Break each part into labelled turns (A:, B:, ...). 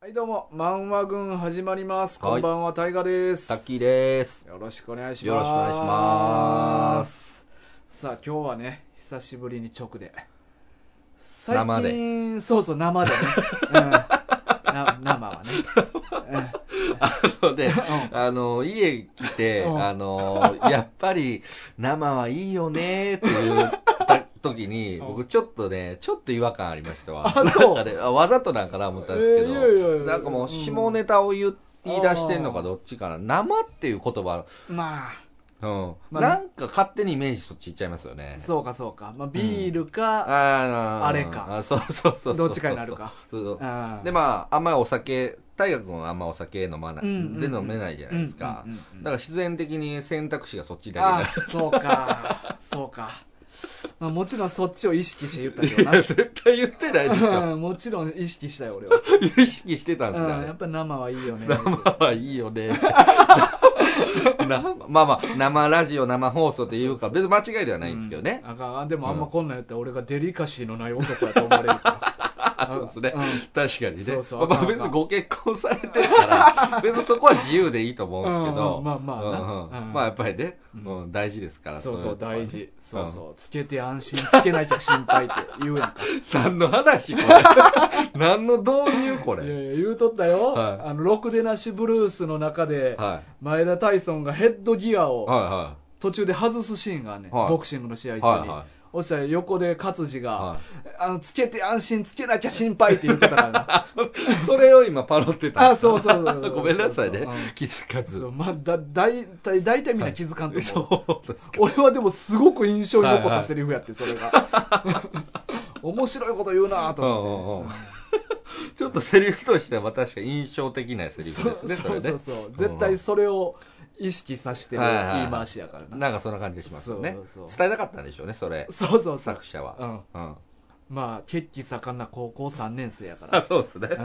A: はいどうも、漫画軍始まります。
B: はい
A: こんばんは、タイガです。
B: タッキーです。
A: よろしくお願いします。。
B: よろしくお願いします
A: さあ、今日はね、久しぶりに直で。最
B: 生で
A: 近、そうそう、生 でね。うん、な生はね。
B: そうで、あの、家来て、
A: うん
B: あの、やっぱり生はいいよねって言った時に、
A: うん
B: 僕ちょっとね、ちょっと違和感ありましたわ。
A: あそう
B: なんかねあわざとなんかな思ったんですけ
A: えーいやいやい
B: ど、
A: や
B: なんかも
A: うん
B: う下ネタを言い言い出してんのかどっちかな。生っていう言葉、
A: ま
B: うん。
A: まあ
B: なんか勝手にイメージそっち行っちゃいますよね
A: あ、。そうかそうか。まあ、ビールか、
B: あー
A: あれか
B: あそうそうそうそう。
A: どっちかになるか。
B: そうそう
A: うん
B: で、まあ、あんまりお酒、大河君はあんまお酒飲まない、
A: うんうんうん
B: 全然飲めないじゃないですか。
A: うんうんうんうん
B: だから自然的に選択肢がそっちだけ
A: あ
B: だ
A: あ、そうか、そうか。まあ、もちろんそっちを意識して言ったけ
B: い
A: どな
B: や、。絶対言ってないでしょ。
A: うんもちろん意識したよ、俺は。
B: 意識してたんですね、
A: う
B: あ
A: ん、
B: れ
A: やっぱ生はいいよね。
B: 生はいいよ ね。生まあまあ、生ラジオ、生放送っていうか、別に間違いではないんですけどね。
A: うんあかんあでもあんまこんなんやったら俺がデリカシーのない男やと思われるから。
B: あそうですね、
A: ん
B: 確かにね。
A: そうそう
B: まあ、まあ別にご結婚されてる から、別にそこは自由でいいと思うんですけ
A: う
B: ど。
A: んまあまあな
B: うんうん
A: うん
B: まあやっぱりね、うん大事ですから。
A: そう
B: い
A: そう、
B: とこはね
A: 大事。そうそう。つけて安心、つけなきゃ心配って言うやん か。
B: 何の話これ 何の導入こ
A: いや
B: れ
A: いや、言うとったよ。
B: はい
A: あの、ろくでなしブルースの中で、
B: は
A: 前田タイソンがヘッドギア
B: い
A: を
B: は
A: 途中で外すシーンがね、
B: はい
A: ボクシングの試合
B: いはい
A: 中
B: はい
A: に。
B: は
A: おっしゃる横で勝地
B: い
A: が、
B: は
A: あの、つけて安心、つけなきゃ心配って言ってたからね。
B: いそれを今パロってた
A: あ、そうそうそうそう
B: ごめんなさい
A: そ
B: ね
A: うそううん
B: 気づかず
A: そうまあ、だ、だいたい、大体みんな気づかんと思う。
B: そうですか
A: 俺はでもすごく印象に残ったセリフやって、それが。面白いこと言うなぁ
B: う
A: と
B: んう
A: 思っ
B: ん うんちょっとセリフとしては確かに印象的なセ
A: て。
B: リフですねそ
A: そう
B: れ
A: そう
B: ね
A: そう。絶対それを意識させてる
B: はいはいはい
A: 言い回しやからな。
B: なんかそんな感じしますよね
A: そうそう
B: 伝えたかったんでしょうねそれ
A: そうそうそう
B: 作。者
A: う
B: は
A: ん。
B: うん
A: まあ、血気盛んな高校3年生やか
B: あ
A: ら。
B: そうですね
A: うん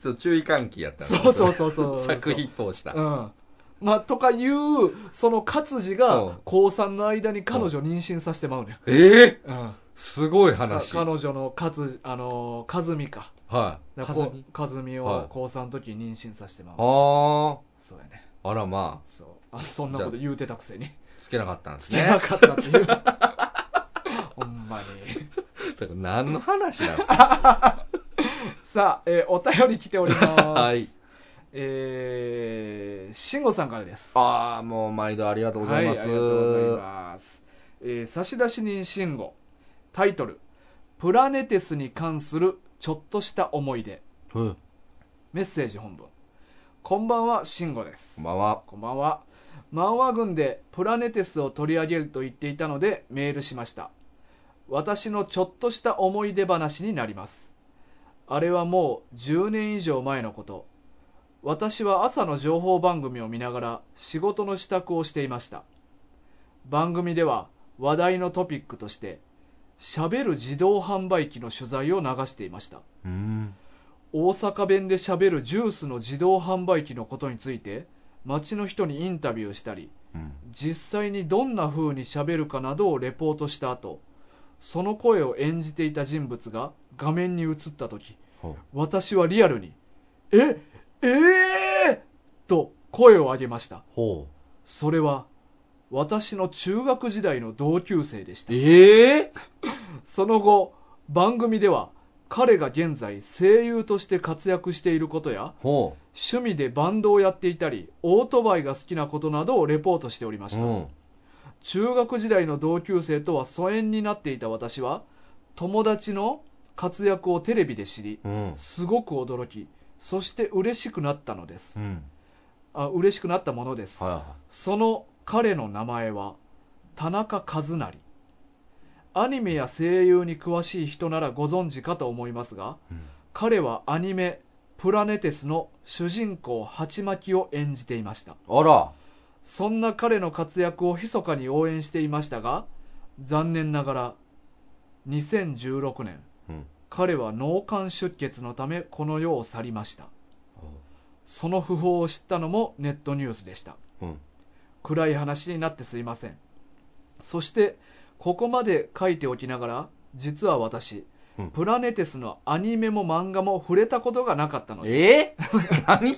B: ちょっと注意喚起やったんです
A: そうそうそうそう。
B: 作品通した
A: うん。まあ、とかいう、その勝地
B: う
A: が
B: ん、
A: 高3の間に彼女妊娠させてまうねん。
B: ええ
A: うん。
B: すごい
A: か
B: 話
A: 彼女のかつあのー、和美か
B: はい
A: だ
B: か
A: か
B: ず
A: ら和
B: み
A: 美
B: は
A: を
B: い
A: 高3の時に妊娠させてまう、
B: あ
A: そうやね
B: ああらまあ
A: そうあそんなこと言うてたくせに
B: つけなかったんで
A: つ
B: す
A: け
B: ね
A: なかったっていう ほんまに
B: それ何の話なんですか
A: さあ、えーお便り来ております、
B: はい。
A: えー、慎吾さんからです
B: ああ、もう毎度ありがとうございます。
A: はい、ありがとうございます、えー、差出人慎吾タイトル「プラネテスに関するちょっとした思い出
B: うん」
A: メッセージ本文こんばんは慎吾です
B: こんばんは。
A: こんばんは。漫画軍でプラネテスを取り上げると言っていたのでメールしました。私のちょっとした思い出話になります。あれはもう10年以上前のこと。私は朝の情報番組を見ながら仕事の支度をしていました。番組では話題のトピックとして、喋る自動販売機の取材を流していました。
B: うん。
A: 大阪弁で喋るジュースの自動販売機のことについて街の人にインタビューしたり
B: うん。
A: 実際にどんな風に喋るかなどをレポートした後その声を演じていた人物が画面に映った時
B: ほ
A: 私はリアルに「えええー!」と声を上げました
B: う。ほう。
A: それは私の中学時代の同級生でした
B: ええ
A: その後番組では彼が現在声優として活躍していることや
B: ほ
A: 趣味でバンドをやっていたりオートバイが好きなことなどをレポートしておりまし
B: う。
A: た、
B: うん。
A: 中学時代の同級生とは疎遠になっていた私は友達の活躍をテレビで知り
B: うん。
A: すごく驚きそして嬉しくなったのです、
B: うん。
A: あ嬉しくなったものです、
B: は
A: その彼の名前は田中和成アニメや声優に詳しい人ならご存知かと思いますが
B: いはい。
A: 彼はアニメ「プラネテス」の主人公ハチマキを演じていました
B: あら。
A: そんな彼の活躍を密かに応援していましたが残念ながら2016年
B: うん。
A: 彼は脳幹出血のためこの世を去りましたその訃報を知ったのもネットニュースでした
B: うん。
A: 暗い話になってすいませんそしてここまで書いておきながら実は私
B: うん
A: プラネテスのアニメも漫画も触れたことがなかったので
B: えー 何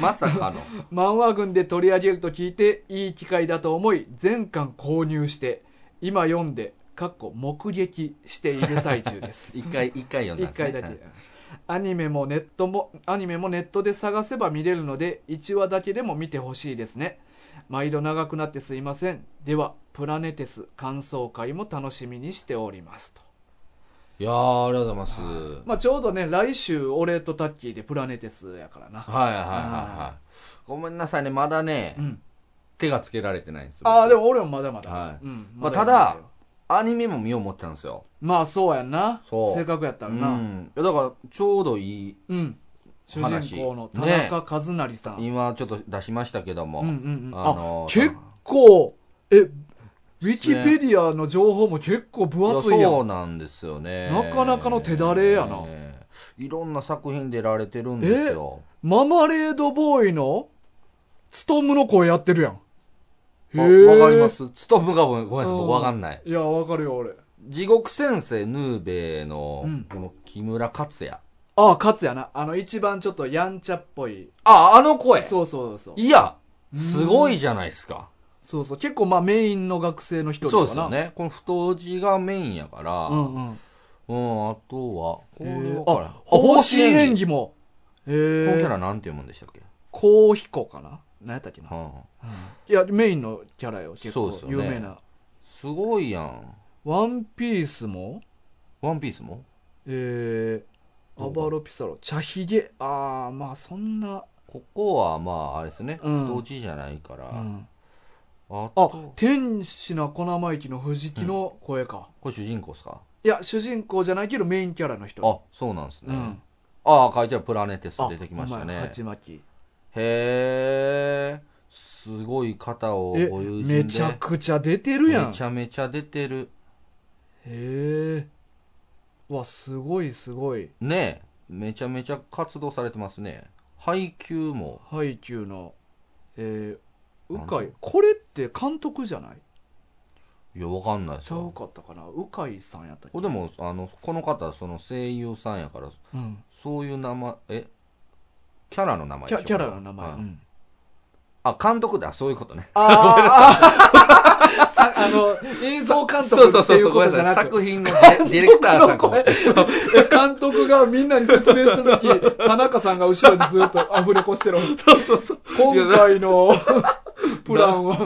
B: まさかの。
A: 漫画群で取り上げると聞いていい機会だと思い全巻購入して今読んでかっこ目撃している最中です
B: 一回、一回読んだん
A: 一
B: ですね。
A: 回だけアニメもネットもアニメもネットで探せば見れるので1話だけでも見てほしいですね毎度長くなってすいませんではプラネテス感想会も楽しみにしておりますと、
B: いやー、ありがとうございます。
A: まあ、ちょうどね来週俺とタッキーでプラネテスやからな
B: はいはいはいはい。ごめんなさいね、まだね、
A: うん
B: 手がつけられてないんですよ。
A: ああで
B: も。
A: も俺もまだまだ、
B: はい
A: うん
B: まあ、
A: や
B: た
A: んない
B: だ
A: よ、
B: アニメも見よう思ってたんですよ。
A: まあそうやんな
B: そう
A: 性格やったら
B: う
A: な、
B: ん。いやだから、ちょうどいい、
A: うん主人公の田中和成さん、
B: 今ちょっと出しましたけども、
A: うんうんうん、あ
B: あのー
A: 結構えウィキペディアの情報も結構分厚い
B: い
A: や
B: や
A: ん
B: そうなんですよね。
A: なかなかの手だれやな
B: えーいろんな作品出られてるんですよ。
A: ママレードボーイのツトムの声やってるやん
B: あ
A: へえ
B: わかります。つとむがごめんごめんなさい、僕わかんない。
A: いやわかるよ俺
B: 地獄先生ヌーベイの
A: うん、
B: この木村克也。
A: ああ勝やなあの一番ちょっとやんちゃっぽい
B: あ、あの声
A: そうそうそう
B: いや、すごいじゃないですか。
A: そうそう結構まあメインの学生の一人か
B: そう
A: な
B: ですよね。この太字がメインやから、
A: う
B: うん、あ
A: んうん
B: とは、これ
A: へ
B: わ
A: ー
B: からん
A: あ、方針演
B: 技。
A: 技も。え
B: このキャ
A: ー、
B: ラなんて読むんでしたっけ、
A: 高彦かな何やったっけな、
B: うん
A: いや、メインのキャラよ、結
B: そう
A: 構
B: です。
A: 有
B: よね
A: 名な。
B: すごいやん。
A: ワンピースも、
B: ワンピースも
A: えー、アバロピサロ、茶ひげ、あー、まあそんな、
B: ここは、まあ、あれですね。
A: うん
B: 太字じゃないから。
A: うん
B: あ
A: あ
B: と、、
A: 天使な小生意気の藤木の声か。
B: これ主人公ですか
A: いや、主人公じゃないけどメインキャラの人。
B: あ、そうなんですね。
A: うん
B: ああ、書いてあるプラネテス
A: あ、
B: 出てきました
A: ほんや
B: ね。
A: 鉢巻き。
B: へえ、すごい方を
A: え、
B: ご友人で。
A: めちゃくちゃ出てるやん。
B: めちゃめちゃ出てる。
A: へー。わ、すごいすごい。
B: ねえ、めちゃめちゃ活動されてますね。配給も。
A: ハイキューの、えー、鵜
B: なん
A: 飼これって監督じゃない
B: いや、わかんないです
A: ちゃう
B: よ。
A: かったかな鵜飼さんやったっけ
B: これでも、あの、この方、その声優さんやから、
A: うん、
B: そういう名前、えキャラの名前
A: キ
B: でし
A: ャ
B: ょ
A: キャラの名前、
B: はい
A: うん
B: あ、監督だ、そういうことね。
A: あ ー さあの映像監督っていうことじゃなく
B: 作品のデ ィレクターさんかも。
A: 監督がみんなに説明するとき田中さんが後ろにずっとアフレコしてる
B: そうそうそう。
A: 今回の プランは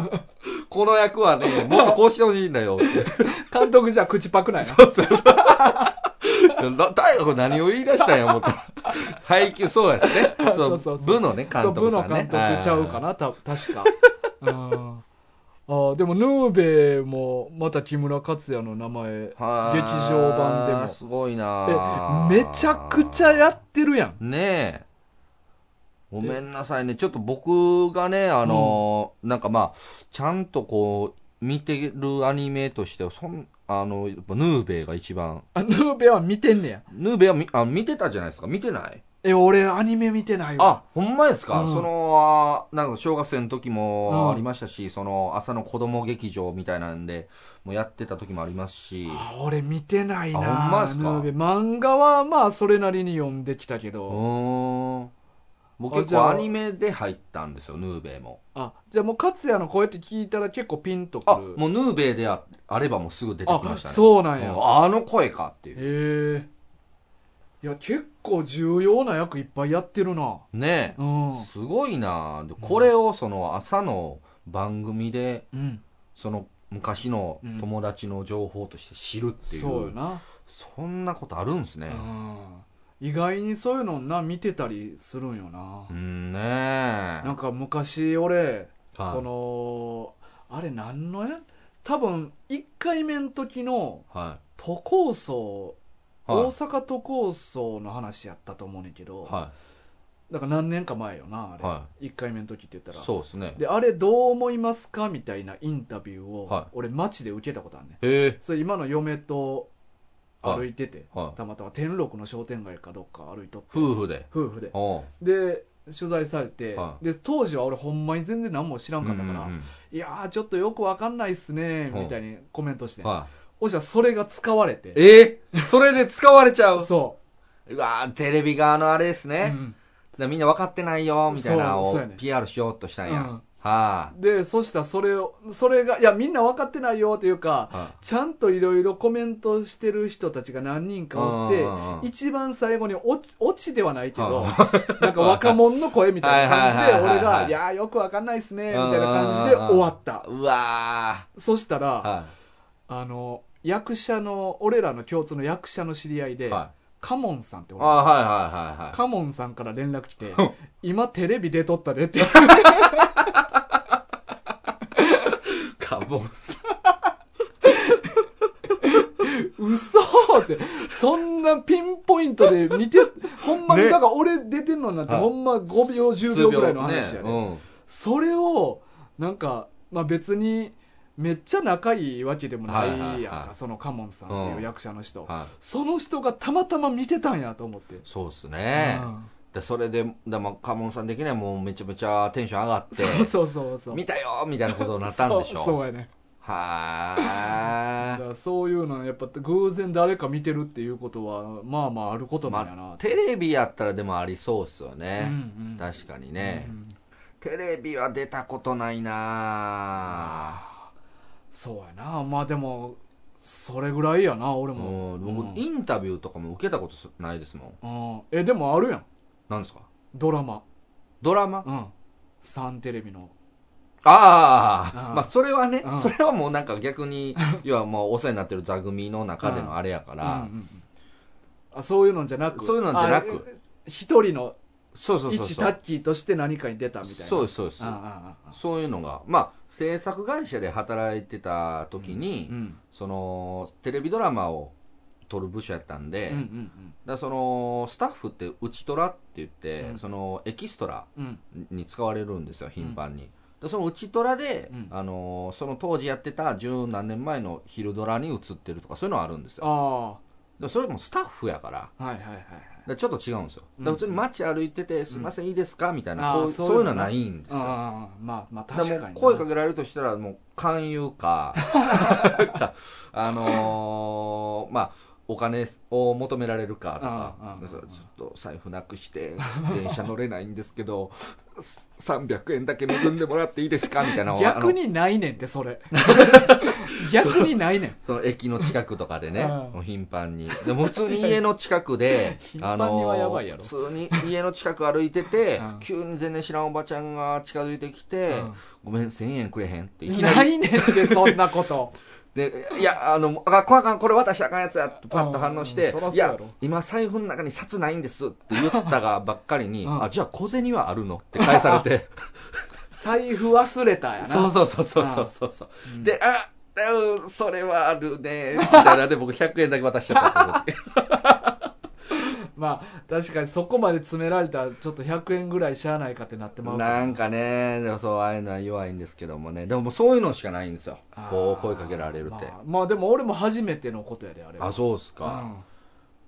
B: この役はね、もっとこうしてほしいんだよって。
A: 監督じゃ口パクないな
B: だ大学何を言い出したんや、 思った。配給、そうですね。
A: そう
B: そ
A: そう
B: う
A: そう
B: 部のね、監督
A: そう
B: さん
A: 部
B: ね。
A: の監督ちゃうかな、た確か。うんあーでも、ヌーベイも、また木村克也の名前、
B: はい。
A: 劇場版でも
B: あーすごいな
A: え、めちゃくちゃやってるやん。
B: ねえ。ごめんなさいね。ちょっと僕がね、あのーなんかまあ、ちゃんとこう、見てるアニメとしては、そん、あの、やっぱヌーベイが一番。
A: あヌーベイは見てんねや。
B: ヌーベイはみあ見てたじゃないですか。見てない
A: え、俺、アニメ見てないわ。
B: あ、ほんまですか、
A: うん
B: その、あーなんか小学生の時
A: うん
B: もありましたし、その、朝の子供劇場みたいなんで、もうやってた時もありますし。
A: あ俺見てないな
B: あほんまっすか
A: ヌーベイ漫画は、まあ、それなりに読んできたけ
B: う
A: ど。
B: ーん。僕
A: あ
B: 結
A: じゃあ
B: 構アニメで入ったんですよ、ヌーベイも。
A: あ、じゃあもう、克也の声って聞いたら結構ピンとくる。
B: あ、もうヌーベイでああればもうすぐ出てきま
A: あ、
B: したね。
A: そうなんや。
B: ああの声かっていう。
A: へえ。いや、結構重要な役いっぱいやってるな。
B: ね
A: う
B: え
A: ん。。
B: すごいなでこれをその朝の番組で、
A: うん。
B: その昔の友達の情報として知るっていう。
A: そうよな、
B: そんなことあるんですね。
A: うん、意外にそういうのな見てたりするんよな
B: う、んね
A: なん
B: え。
A: か昔俺、
B: はい
A: そのあれ何のや多分1回目の時の
B: は
A: 都構想、
B: い。は
A: 大
B: い。
A: 阪都構想の話やったと思うねんけど、
B: は
A: だから何年か前よなあれ、
B: は
A: 1回目の時って言った
B: い。
A: ら
B: そうですね。
A: であれどう思いますかみたいなインタビューを、
B: はい
A: 俺街で受けたことあるねん
B: へえ。
A: それ今の嫁と歩いてて、
B: はい。
A: たまたま天禄の商店街かどっか歩いとって
B: 夫婦で。
A: 夫婦で
B: おう
A: で取材されて、
B: は
A: で当時は俺ほんまに全然何も知らんかったから「
B: うんうんうん
A: いやーちょっとよくわかんないっすね」
B: うん
A: みたいにコメントして、
B: は
A: おっしゃ、それが使われて。
B: えそれで使われちゃう。
A: そう
B: わーテレビ側のあれです
A: う。う
B: ね。
A: ん
B: だからみんな分かってないよ、みたいなの
A: そうそう
B: を
A: やね
B: PR しようとしたんや。
A: うん
B: はあ。
A: で、そしたらそれを、それが、いや、みんな分かってないよというか、
B: あ
A: ちゃんといろいろコメントしてる人たちが何人かおって
B: うんうんうん、
A: 一番最後にオチ、オチではないけど
B: うん、
A: なんか若者の声みたいな感じで、
B: はいはいはいはい
A: 俺が、いやーよくわかんないっすね、み
B: うんうんうん
A: たいな感じで終わった。
B: うわ
A: そした
B: ー
A: ら、
B: は
A: あの、役者の、俺らの共通の役者の知り合い
B: い。
A: で、
B: はい。
A: カモンさんって
B: あ
A: 俺、
B: はいはいはいはい。
A: カモンさんから連絡来て
B: うん、
A: 今テレビ出とったでって。
B: カモンさん。
A: 嘘って、そんなピンポイントで見て、ほんまに、
B: ね
A: だから俺出てんのなんて、
B: はい
A: ほんま5秒、10秒ぐらいの話やね。
B: ね
A: それを、なんか、まあ別に、めっちゃ仲いいわけでもないやんか、
B: はいはいはい
A: そのカモンさんっていう役者の人、
B: うん。はい。
A: その人がたまたま見てたんやと思って。
B: そうっすね。でそれで、だまあカモンさん的にはもうめちゃめちゃテンション上がっ
A: うん
B: て、
A: そうそうそうそう。
B: 見たよみたいなことになったんでし
A: そうそう
B: ょ。
A: やね。だ
B: は
A: からそういうのはやっぱ偶然誰か見てるっていうことは、まあまああること
B: ー。
A: なんやな、
B: まあ、テレビやったらでもありそうっすよね。
A: うんうん
B: 確かに
A: ね
B: ね、テレビは出たことないな
A: そうやなまあでもそれぐらいやな俺
B: ぁ
A: も
B: もう僕インタビューとかも受けたことないですもん
A: うんえでもあるやん
B: なんですか
A: ドラマ
B: ドラマ
A: うんサンテレビの
B: あ
A: う
B: あ
A: ん
B: まあそれはね
A: うん
B: それはもうなんか 逆に要はもうお世話になってる座組の中でのあれやか
A: うん
B: ら
A: うんうんあそういうのじゃなく
B: そういうのじゃなく
A: あえ一人の
B: そうそうそう
A: 一
B: そ
A: タ
B: う
A: ッキーとして何かに出たみたいな
B: そう
A: う
B: ですそうです
A: ああああ
B: そういうのがまあ制作会社で働いてた時に、
A: うん
B: そのテレビドラマを撮る部署やったん
A: う
B: で、
A: んうん
B: だからそのスタッフって「うちトラ」って言って、
A: うん
B: そのエキストラ
A: うんうん
B: に使われるんですよ頻繁に、でその内トラで、
A: うん
B: あのーその当時やってた十何年前の昼ドラに映ってるとかそういうのはあるんですよ
A: あ
B: でそれもスタッフやから
A: あはいはいはいはい
B: でちょっと違うんですよ
A: う
B: だから
A: ん
B: 普通に街歩いてて「すいませんいいですか?」みたいな
A: あー
B: こう
A: そ
B: そうう
A: いうの
B: いうのはないんです
A: ああ
B: よ
A: ああまあまあ
B: だから
A: 確かに
B: もう
A: な
B: 声かけられるとしたらもう勧誘 かあのーまあお金を求められるかと
A: うんうんう
B: か
A: ん
B: でそうちょっと財布なくして電車乗れないんですけど300円だけ恵んでもらっていいですかみたいなのをあの
A: 逆にないねんってそれ逆にないねん
B: その駅の近くとかでね、
A: うん
B: もう頻繁に。でも普通に家の近くで
A: 、頻繁にはやばいやろ
B: あのー普通に家の近く歩いてて、
A: うん
B: 急に全然知らんおばちゃんが近づいてきて、
A: うん
B: ごめん、1000円くれへんっていきなり
A: ないねんってそんなこと
B: で、いや、あの、あ、これあかん、これ渡したらあかんやつやってパッと反応し
A: うん
B: て
A: そら、そう
B: い
A: やろ
B: や、今財布の中に札ないんですって言ったがばっかりに、
A: うん
B: あ、じゃあ小銭はあるのって返さ れて、
A: 財布忘れたやな
B: そうそうそうそうそうそうそう。で、あ、うんそれはあるね、みたいなで僕100円だけ渡しちゃったんですよ。
A: まあ確かにそこまで詰められたらちょっと100円ぐらいしゃあないかってなってまうから
B: なんかね、でもそう、ああいうのは弱いんですけどもね。でももうそういうのしかないんですよ
A: あー。
B: こう、声かけられるって
A: ま。あ、まあでも俺も初めてのことやであれは
B: あ、そうっす
A: う
B: か。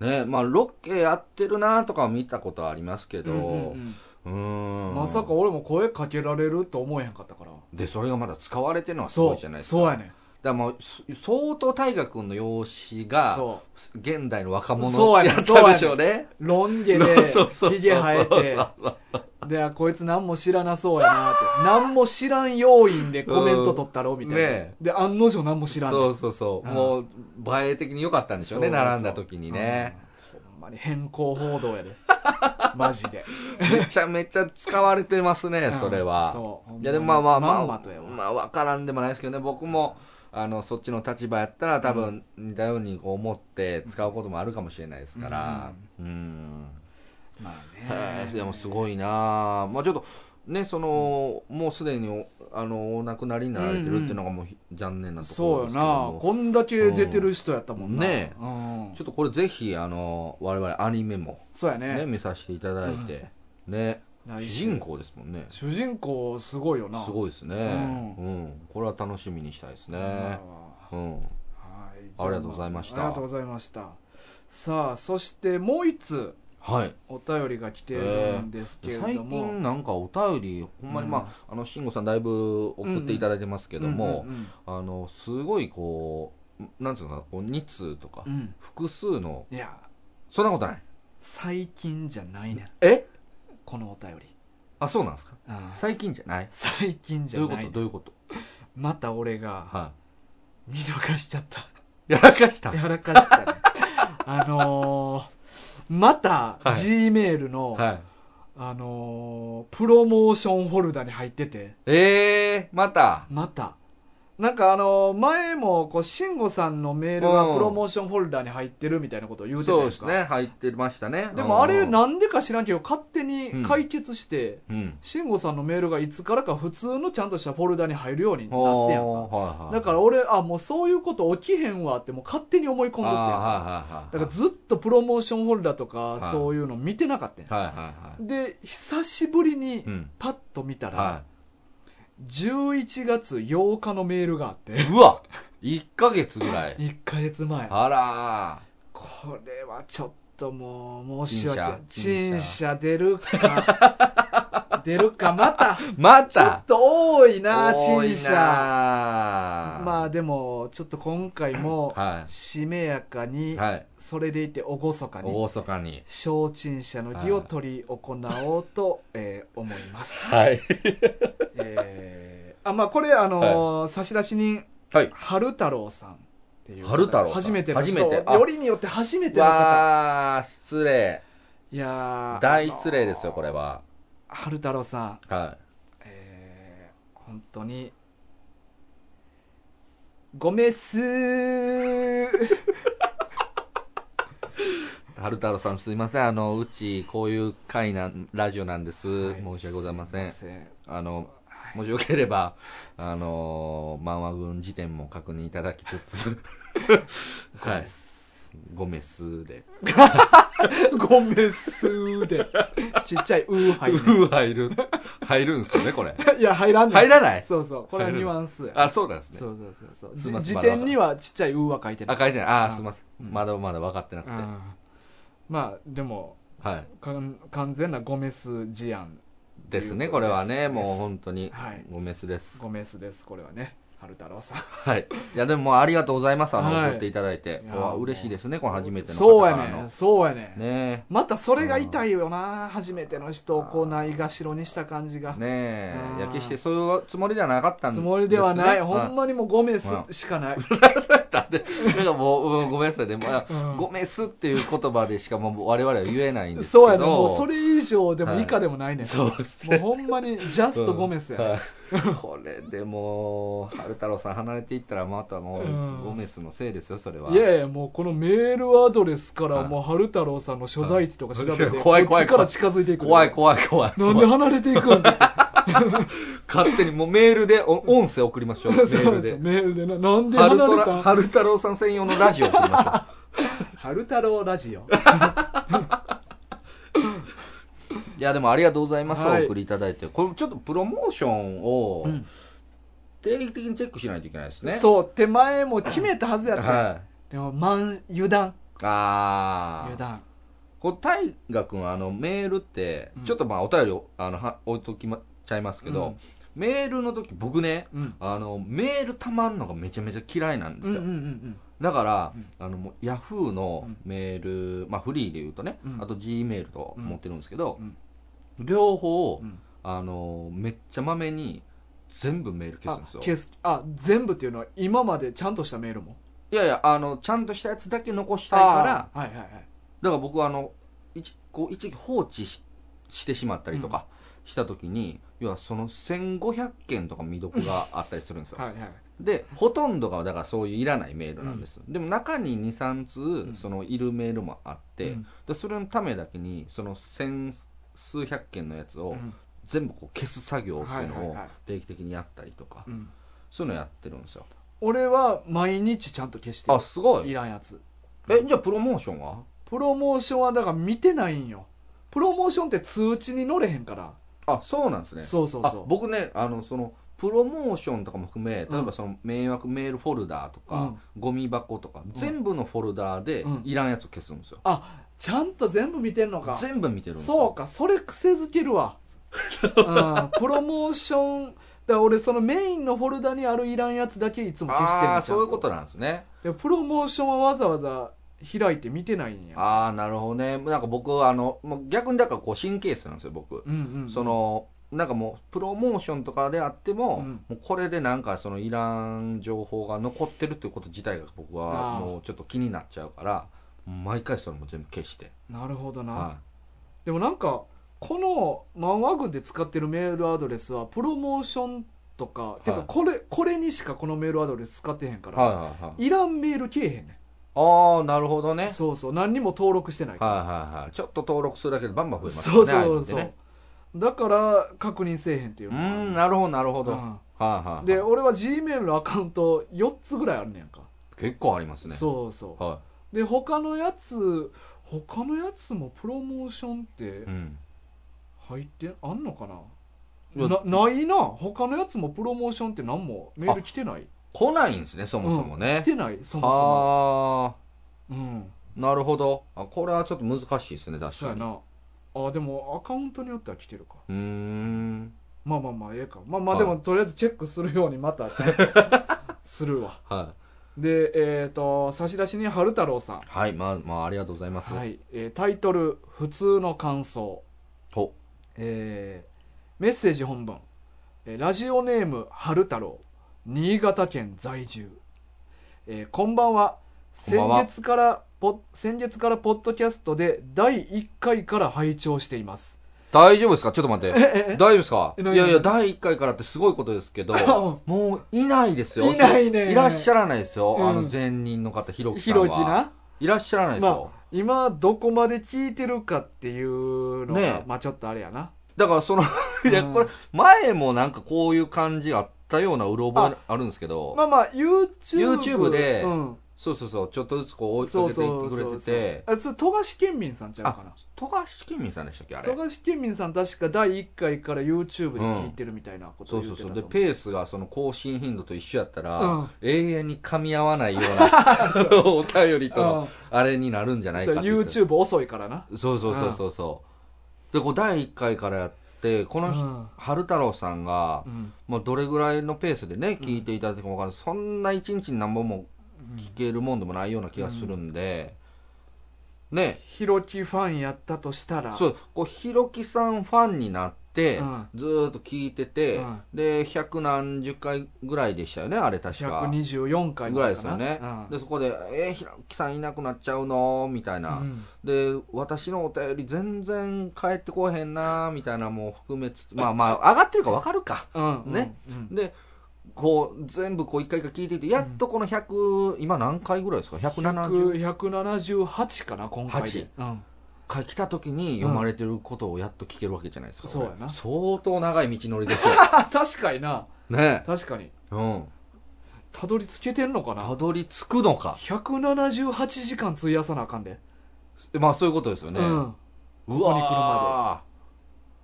B: ね、まあ、ロケやってるなとかは見たことはありますけ
A: んうんうん
B: ど
A: う、ん
B: うーん。
A: まさか俺も声かけられると思えへんかったから
B: で、それがまだ使われてるのはす
A: そ
B: ご
A: う
B: いじゃないですか。
A: そうやねん
B: だからもう、そ相当大河君の容姿が、
A: そ
B: 現代の若
A: そう
B: 者
A: や
B: や
A: ね
B: ったでしょうね。
A: うロン毛
B: そうそうそうそう
A: でヒゲ生えてであこいつ何も知らなそうやなって何も知らん要因でコメント取ったろみたいな、
B: うんね
A: で案の定何も知らんねん
B: そうそうそう。
A: うん
B: もう、映え的に良かったんでしょうね、並んだ時にね。
A: うん、ほんまに変更報道や でマジで
B: めちゃめちゃ使われてますね、それ
A: うん
B: は。
A: そう
B: いや、でもまあまあま
A: ま
B: あ、
A: んま
B: ま
A: とやわ、
B: あ、わからんでもないですけどね、僕も、あの、そっちの立場やったら多分、似たようにこう思って使うこともあるかもしれないですから。うん
A: ま
B: へえでもすごいなあまあちょっとねその、もうすでにおあのお亡くなりになられてるっていうのがもうひ残念なとこ
A: そう
B: ろで
A: よ
B: すけど
A: な
B: も
A: こんだけ出てる人やったもんな、
B: うんねえ
A: うん
B: ちょっとこれぜひあの我々アニメも
A: そうやね
B: ね見させていただいて、ね
A: 来週
B: 主人公ですもんね
A: 主人公すごいよな
B: す
A: い
B: ごいですね、うんこれは楽しみにしたいですね、うん、
A: はい、じゃ
B: ありがとうございました
A: ありがとうございましたさあそしてもう一通
B: はい
A: お便りが来てるんですけれども、
B: 最近なんかお便りほんまにまあ、あの慎吾さんだいぶ送っていただいてますけども、
A: うんうんうん
B: あのすごいこうなんつうのかなこう2通とか、
A: うん
B: 複数の
A: いや
B: そんなことない
A: 最近じゃないねん
B: え
A: このお便り
B: あそうなんですか
A: ああ
B: 最近じゃない
A: 最近じゃ
B: どういうこ
A: ない
B: と
A: ねん
B: どういうこと
A: また俺が
B: は
A: 見逃しちゃった
B: いやらか した
A: やらかしたねあのーまた
B: はい
A: G メールの、
B: はい
A: あのープロモーションフォルダに入ってて
B: えー、また
A: またなんかあのー前もこう慎吾さんのメール
B: うん
A: がプロモーションフォルダに入ってるみたいなことを言うてた
B: そう
A: やん
B: で
A: か
B: すね入ってましたね
A: でもあれ
B: うん
A: なんでか知らんけど勝手に解決して、
B: うん
A: 慎吾さんのメールがいつからか普通のちゃんとしたフォルダに入るようになってやん
B: ほ
A: か
B: うはいはい
A: だから俺あもうそういうこと起きへんわってもう勝手に思い込んどってやん
B: あ
A: か
B: ーはいはいはい
A: だからずっとプロモーションフォルダと
B: は
A: か
B: い
A: そういうの見てなかったんや
B: はいはいはい
A: で久しぶりに
B: うん
A: パッと見たら
B: は
A: 11月8日のメールがあって
B: いうわ1ヶ月ぐらい
A: 1ヶ月前
B: あら
A: これはちょっともう申し訳ない陳
B: 陳謝陳謝
A: 謝出るか 出るかまた
B: ーま
A: ちょったと多いな
B: 多い
A: 陳謝
B: な
A: まあでもちょっと今回も
B: は
A: しめやか
B: い
A: に
B: はい
A: それでいて厳かに
B: 大阪に
A: 小陳謝の儀を取り行おうと、えー思います、
B: はい
A: えーあまあこれあのー差出人
B: はい
A: 春太郎さんっていう方
B: 春太郎さん
A: 初めての
B: 初めて
A: そう
B: あ
A: よりによって初めての方
B: わあ失礼
A: いやー
B: 大失礼です
A: あ
B: よ
A: のー
B: これは
A: 春太郎さん
B: は
A: えー本当にごめっすー
B: い春太郎さんすいませんあのうちこういう会なラジオなんです、申し訳ございません
A: すいません
B: あのもしよければあの漫画軍辞典も確認いただきつつはいごめっすで、
A: ごめっすーでちっちゃいうー入
B: う
A: る、
B: ー 入る入るんすよねこれ
A: いや、入らん
B: 入らない
A: そうそう。これはニュアンスや。
B: あそうなんですね
A: そうそうそうそう。
B: すい
A: じ
B: ません
A: 辞典にはちっちゃい「う」は書いてな
B: あ
A: い。
B: 書いてないあ
A: あ
B: あすいませんまだまだ分かってなくて
A: あーまあ、でも、
B: はい
A: かん完全なゴメス事案。
B: ですねこれはねもう本当に
A: はい
B: ごめっすです
A: ゴメスです、これはね。春太郎さん。
B: はい。いや、でももうありがとうございます。あの、
A: はい
B: 送っていただいて。
A: いや
B: うわ嬉しいですね、この初めての方
A: そう
B: から
A: や
B: の。
A: ねんそうやねん
B: ね
A: またそれが痛いよな。初めての人をこう、ないがしろにした感じが
B: え。。ね
A: あー
B: え。いや、決してそういうつもりではなかったん
A: つ
B: です、ね。
A: もりではない。
B: う
A: ほんまにもうゴメスしかない。
B: だって、 なんかもう、うんごめんなさいね。まあ
A: うん
B: ごめんすっていう言葉でしかもう我々は言えないんですけど。
A: そうやねんもうそれ以上でも以下でもないねん。
B: そうです
A: もう
B: ね。
A: ほんまにジャストゴメスやねん
B: うんはいこれでもう、春太郎さん離れていったら、またも
A: うん
B: う、ゴメスのせいですよ、それは。
A: いやいやもうこのメールアドレスか
B: は
A: ら
B: い
A: もう春太郎さんの所在地とか調べて
B: はい怖い怖
A: こっち
B: い
A: から近づいていく
B: 怖い怖い怖い。
A: なんで離れていくんだ
B: 勝手にもうメールで、お音声送りましょう。メ
A: って そう
B: ー
A: な
B: ル
A: んです
B: で
A: よ。メールでななんで
B: 春
A: 離
B: 太
A: れ
B: 郎
A: た
B: 春太郎さん専用のラジオ送りましょう。
A: 春太郎ラジオ
B: いや、でもありがとうございます。
A: はい
B: お送りいただいて。これちょっとプロモーションを
A: うん
B: 定期的にチェックしないといけないですね。
A: そう手前も決めたはずやった、
B: は
A: でも満油断
B: い。あ
A: 油
B: あ。
A: 断
B: こう、大河君はあの、メールって
A: うん、
B: ちょっとまあ、お便りを、あの、は置いときま、ちゃいますけど、
A: うん
B: メールの時僕ね、
A: うん
B: あの、メールたまんのがめちゃめちゃ嫌いなんで
A: うん
B: す
A: うん
B: よ。
A: うん
B: だから、
A: うん
B: あのもうヤフーのメール、まあ、フリーで言うとね、
A: うん
B: あと G メールと
A: うん
B: 持ってるんですけど、
A: うん
B: 両方、
A: うん
B: あのめっちゃまめに全部メール消
A: あ
B: すんですよ
A: 消すあ全部っていうのは今までちゃんとしたメールも
B: いやいやあのちゃんとしたやつだけ残したいからだか
A: あーはいはいはい
B: ら僕はあの一こう一時期放置ししてしまったりとかした時に、要はその1500件とか未読があったりするんですよ、
A: はいはい
B: でほとんどがだからそういういらないメールなんです、でも中に23通、そのいるメールもあって、
A: うん
B: でそれのためだけにその千数百件のやつ
A: う
B: を
A: ん
B: 全部こう消す作業っていう
A: はい
B: の
A: はい
B: を
A: はい
B: 定期的にやったりとか、
A: うん
B: そういうのやってるんですよ
A: 俺は毎日ちゃんと消してる
B: あすご
A: い
B: い
A: らんやつ
B: えじゃあプロモーションは
A: プロモーションはだから見てないんよプロモーションって通知に乗れへんから
B: あそうなんですね
A: そうそうそう
B: あ僕ねあのそのプロモーションとかも含め例え
A: うん
B: ばその迷惑メールフォルダーとか、ゴミ箱とか、全部のフォルダーで
A: うん
B: いらんやつを消すんですよ、
A: あちゃんと全部見てんのか
B: 全部見てるんですよ
A: そうかそれ癖づけるわ、うん、プロモーションだから俺そのメインのフォルダにあるいらんやつだけいつも消してんのちゃ
B: あ
A: ん
B: あ、そういうことなんですね。
A: でプロモーションはわざわざ開いて見てないんや
B: ああ、なるほどね。なんか僕、あの、もう逆にだからこう神経質なんですよ、僕。
A: うんうんうん
B: その、なんかもう、プロモーションとかであっても、
A: うん
B: もうこれでなんかそのいらん情報が残ってるっていうこと自体が僕
A: あ
B: は
A: ー
B: もうちょっと気になっちゃうから、毎回それも全部消して。
A: なるほどな、
B: は
A: でもなんかこの漫画群で使ってるメールアドレスはプロモーションとか、てかこれこれにしかこのメールアドレス使ってへんか
B: い。
A: ら、
B: はいはいはい。
A: いらんメールけえへんね
B: ああ、なるほどね
A: ん。そうそう何にも登録してないから、
B: はいはいはい。ちょっと登録するだけでバンバン増えます
A: そ
B: よ
A: う
B: ね。
A: そ
B: ああいうの
A: う
B: って
A: そう、
B: ね
A: だから確認せえへんっていう
B: う
A: のがある
B: ん、なるほどなるほど。
A: う
B: はい
A: ん
B: はいはい。
A: で俺は G メールのアカウント4つぐらいあるねんか、
B: 結構ありますね。
A: そうそう
B: は
A: で他のやつ他のやつもプロモーションって
B: い。うん。
A: 入ってあんのかない
B: や
A: なないな他のやつもプロモーションって何もメール来てない
B: 来ないんですね、そもそも
A: うん来
B: ね。
A: てないそも
B: は
A: そもうん
B: あ、なるほど。あ、これはちょっと難しいですね、確
A: そう
B: か
A: や
B: に。う
A: なあでもアカウントによっては来てるか
B: ーん。
A: まあまあまあええかまあまあ
B: は
A: で
B: い
A: もとりあえずチェックするようにまたちゃんと するわ
B: は
A: でえっ、と差出人春太郎さん
B: い。はい、まあ、まあ、ありがとうございます。
A: は
B: はい。
A: い、えータイトル「普通の感想」
B: ほ
A: えーメッセージ本文、えーラジオネーム春太郎新潟県在住、えーこんばんは
B: こ
A: 先
B: んばんは
A: 月からポ先月からポッドキャストで第1回から拝聴しています
B: 大丈夫ですかちょっと待って。大丈夫ですか
A: え
B: い
A: 何
B: やいや、第1回からってすごいことです けど
A: うん、
B: もういないですよ。
A: いないね
B: いらっしゃらないですよ。
A: うん
B: あの、前任の方、ひろき
A: ひ
B: さんは。
A: ろきな、
B: いらっしゃらないですよ
A: ま。あ、今どこまで聞いてるかっていうのが、
B: ねえ
A: まあちょっとあれやな
B: だからその
A: う、ん
B: いや、これ、前もなんかこういう感じあったようなうろ覚えあるんですけど、
A: まあまあ YouTube,
B: YouTube で
A: うん、
B: そうそうそう、ちょっとずつこう追い
A: そう
B: かけ
A: そ
B: ていうっ
A: そ
B: てくれ
A: う
B: て
A: そう
B: て、
A: あそれ富樫県民さんちゃうかな
B: あ、富樫県民さんでしたっけあ
A: 富
B: れ。
A: 樫県民さん確か第1回から YouTube で聞いてるみたいなこと
B: そ
A: を
B: う
A: 言
B: そう
A: て
B: そ
A: たと
B: う。で、
A: 思う
B: ペースがその更新頻度と一緒やったら、
A: うん
B: 永遠に噛み合わないよ うな、お便りと
A: うん
B: の、あれになるんじゃない
A: そ
B: か
A: う
B: って言って。
A: YouTube 遅いからな
B: そうそうそうそうそう。で、こう、第1回からやって、この人、
A: うん
B: 春太郎さんが、
A: うん
B: まあ、どれぐらいのペースでね、聞いていただいても分からない、そんな一日に何本も聞けるもんでもないような気がするんで、ね、
A: ひろきファンやったとしたら
B: そう、こう、ひろきさんファンになって、
A: うん
B: ずーっと聞いてて、
A: うん
B: で、百何十回ぐらいでしたよね、あれ確か。
A: 124回
B: ぐ
A: ま
B: ら
A: か
B: いです
A: な
B: よね。
A: うん
B: で、そこで、えー、ひろきさんいなくなっちゃうのみたいな。
A: うん
B: で、私のお便り全然返ってこうへんなみたいなも含めつつ、まあまあ、上がってるか分かるか。
A: うん
B: ね
A: うん
B: でこう全部こう一回一回聞いていてやっとこの100、今何回ぐらいですか170
A: 178かな今回で
B: 八
A: うん
B: 回来た時に読まれてることをやっと聞けるわけじゃないですか、
A: そうやな
B: これ相当長い道のり ですよ
A: あ確かにな
B: ね
A: 確かに
B: うん
A: たどり着けてんのかな
B: たどり着くのか
A: 178時間費やさなあかんで
B: まあそういうことですよね、
A: う
B: うん
A: ここに来る
B: わ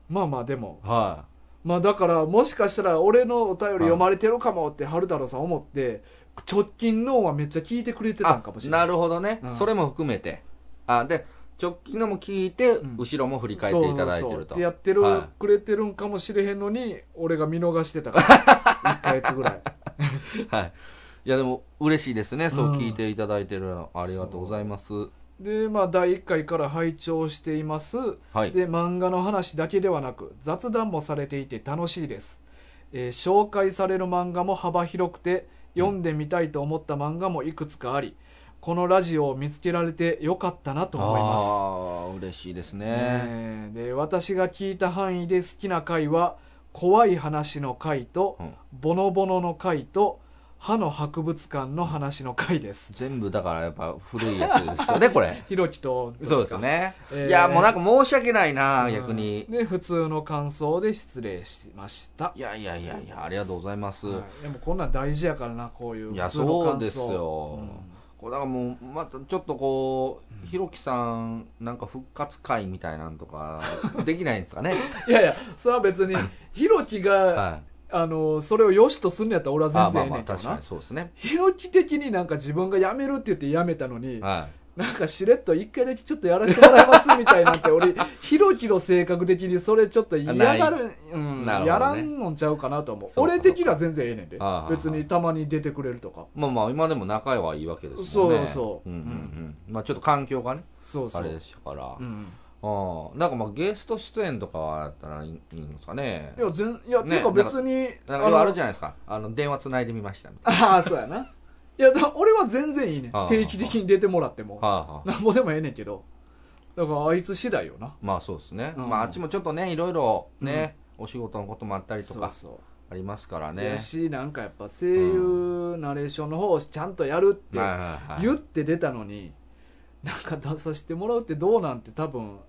A: まあまあでも
B: ーは
A: まあだからもしかしたら俺のお便り読まれてるかもって春太郎さん思って直近のはめっちゃ聞いてくれて
B: い
A: たんかもしれない
B: あなるほどね、
A: うん
B: それも含めてあで直近のも聞いて、
A: ん
B: 後ろも振り返っていただいて
A: そう
B: る
A: そう
B: と
A: そうやってる、
B: は
A: くれてるんかもしれへんのに俺が見逃してた から1ヶ月ぐらい
B: い、はい、いやでも嬉しいですねそう聞いていただいてるの、ありがとうございます
A: でまあ第1回から拝聴しています、
B: はい
A: で漫画の話だけではなく雑談もされていて楽しいです、えー紹介される漫画も幅広くて読んでみたいと思った漫画もいくつかあり、このラジオを見つけられてよかったなと思います
B: ああ嬉しいですね
A: ねえで私が聞いた範囲で好きな回は怖い話の回と、
B: うん
A: ボノボノの回と歯の博物館の話の回です
B: 全部だからやっぱ古いや つですよねこれ
A: ひろきと
B: そうですよね、
A: えー
B: いやもうなんか申し訳ないな、
A: うん
B: 逆に
A: で普通の感想で失礼しました、
B: いやいやいやいやありがとうございます、
A: はいでもこんなん大事やからなこういう
B: い、
A: い
B: やそうですよ、
A: うん
B: これだからもうまたちょっとこうひろきさんなんか復活会みたいなん とかできないんですかね
A: いやいやそれは別 にひろきが、
B: はい
A: あのそれを良しとするんやったら俺は
B: あ
A: 全然
B: まあ
A: ええね
B: まあ
A: んけど
B: 確か
A: な
B: にそうですね
A: ひろき的になんか自分が辞めるって言って辞めたのに、
B: はい
A: なんかしれっと一回だけちょっとやらせてもらいますみたいなんて、 俺、ひろきの性格的にそれちょっと嫌がる、うん、
B: なるほどね
A: やらんのんちゃうかなと思う。
B: そうか
A: 俺的には全然ええねんで
B: あああ。あ
A: 別にたまに出てくれるとか。
B: まあまあ、今でも仲はいいわけですもんね。
A: そうそう
B: うんうんうん。まあちょっと環境がね、
A: そうそ
B: あれ
A: う
B: で。したから。
A: うん。
B: うん。なんかまあゲスト出演とかはやったらいいいいんですかね
A: い。や、全、いや、
B: ね
A: ていうか別に、
B: なんかようあるじ
A: ゃん。
B: ゃないですか。あの、電話つないでみましたみたい
A: ああ、そうやな。いや、だ俺は全然いいねん
B: ああ。
A: 定期的に出てもらっても
B: な。。はいはい。
A: なんぼでもええねんけど。だから、あいつ次第よな。
B: まあそうですね。
A: うん
B: まああっちもちょっとね、いろいろね、お仕事のこともあったりとか
A: そうそう
B: ありますから
A: や
B: ね。
A: し、なんかやっぱ声優、ナレーションの方をちゃんとやるって
B: はいはいはい
A: 言って出たのに、なんか出させてもらうってどうなんて多分、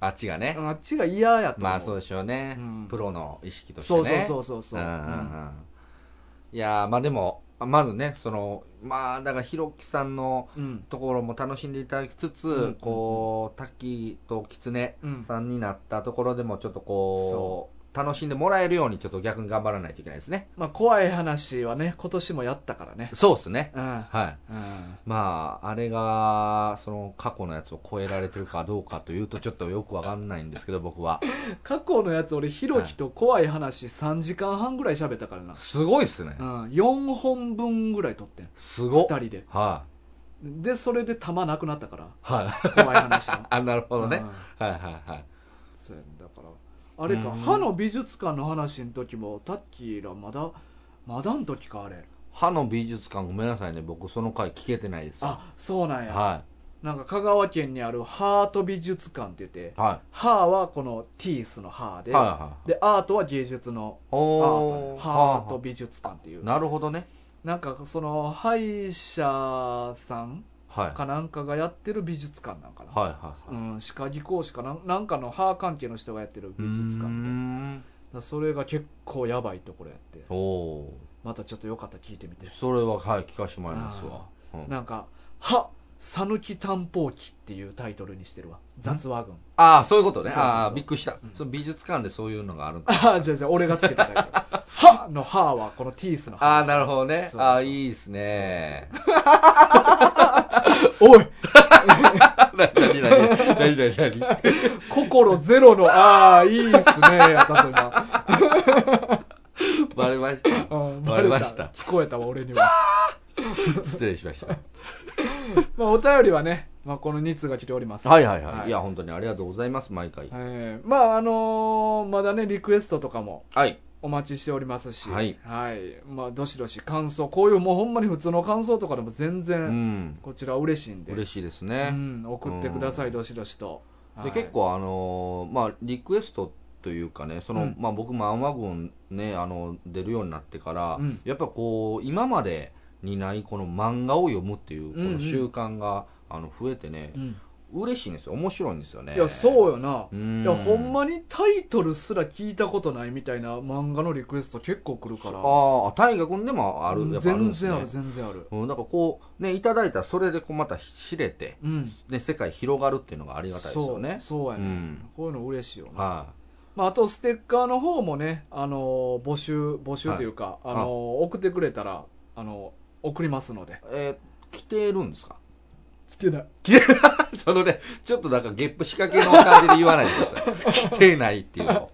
B: あっちがね。
A: あっちが嫌やと思う。
B: まあそうでしょうね
A: うん。
B: プロの意識として
A: そ
B: ね。
A: うそうそうそうそう。
B: う
A: うん
B: うん
A: ん
B: うんいやーまあでもまずねそのまあだからひろきさんの
A: うん。
B: ところも楽しんでいただきつつ、
A: ん
B: こうタッキーとキツネ
A: うん
B: さんになったところでもちょっと
A: そ
B: こう、楽しんでもらえるようにちょっと逆に頑張らないといけないですね
A: まあ怖い話はね、今年もやったからね。
B: そうですね
A: うん。
B: はい
A: うん。
B: まああれがその過去のやつを超えられてるかどうかというとちょっとよくわかんないんですけど僕は
A: 過去のやつ俺ひろきと怖い話3時間半ぐらい喋ったからな、
B: すごいっすね
A: うん、4本分ぐらい撮ってん
B: すご
A: 2
B: っ
A: 人で
B: は
A: でそれで弾なくなったから
B: いはい
A: 怖い話の
B: あ なるほどね
A: うん
B: はいはいはい
A: そうやねだからあれか
B: うん
A: 歯の美術館の話の時もタッキーらまだまだん時かあれ
B: 歯の美術館ごめんなさいね僕その回聞けてないですわ
A: あそうなんや、
B: は
A: なんか香川県にあるハート美術館って言って
B: いは
A: 歯はこのティースの歯
B: い
A: で、
B: はいはい
A: でアートは芸術のアート
B: お
A: ね
B: ー
A: ハート美術館っていう
B: なるほどね
A: なんかその歯医者さん
B: はいはい
A: かなんかがやってる美術館なんかな、
B: はいはい
A: うん、歯科技工士かななんかの歯関係の人がやってる美術館みた
B: うー
A: いなんだそれが結構やばいところやって
B: おお
A: またちょっとよかったら聞いてみて
B: ーそれははい聞かしてもらいますわうん
A: なんか「歯讃岐探訪記」っていうタイトルにしてるわ雑話群
B: ああそういうことね
A: そうそうそう
B: ああびっくりしたその美術館でそういうのがあるんだ
A: ああじゃあじゃあ俺がつけたタイトル「歯」の「歯」はこのティースの
B: ああ
A: 歯
B: なるほど
A: そ
B: ね
A: うそう
B: ああいいですね
A: おい
B: 何何何何何何何
A: 心ゼロの「ああいいっすね」やったぞ今
B: バレました
A: うん
B: バレました
A: 聞こえたわ俺には
B: 失礼しました
A: まあ、お便りはね、まあ、この2通が来ております。
B: はいはいは
A: はい
B: いいや本当にありがとうございます毎回
A: えーまあ、あのーまだね、リクエストとかも
B: はい
A: お待ちしておりますし、
B: はい
A: まあ、どしどし感想、こういうもうほんまに普通の感想とかでも全
B: う
A: 然、
B: ん
A: こちら嬉しいんで、
B: 嬉しいです
A: う
B: ね
A: ん、送ってください、どしどしと。は
B: で
A: い
B: 結、構あのーまあリクエストというかねその、
A: うん
B: まあ僕マンワゴンねあの出るようになってから、
A: うん
B: やっぱこう今までにないこの漫画を読むっていうこ
A: うんう
B: の
A: ん
B: 習慣が、あの増えてね
A: う、ん
B: 嬉しいんですよ面白いんですよね
A: いや、そううよな。
B: うん
A: いや、ほんまにタイトルすら聞いたことないみたいな漫画のリクエスト結構来るから。
B: ああ大河君でもあるやっぱある
A: 全
B: んですね
A: 然ある、全然ある。
B: うん、なんかこうねいただいたらそれでこうまた知れて、
A: うん。
B: ね、世界広がるっていうのがありがたいですよね
A: そうそうやね、
B: うん
A: こういうの嬉しいよな。
B: は
A: まあ、あとステッカーの方もね、あのー募集募集というか、あのー
B: あ
A: 送ってくれたら、あのー送りますので
B: い、えー、来てるんですか
A: 来てない
B: そのね、ちょっとなんかゲップ仕掛けの感じで言わないでくだ さい。来てないっていうの。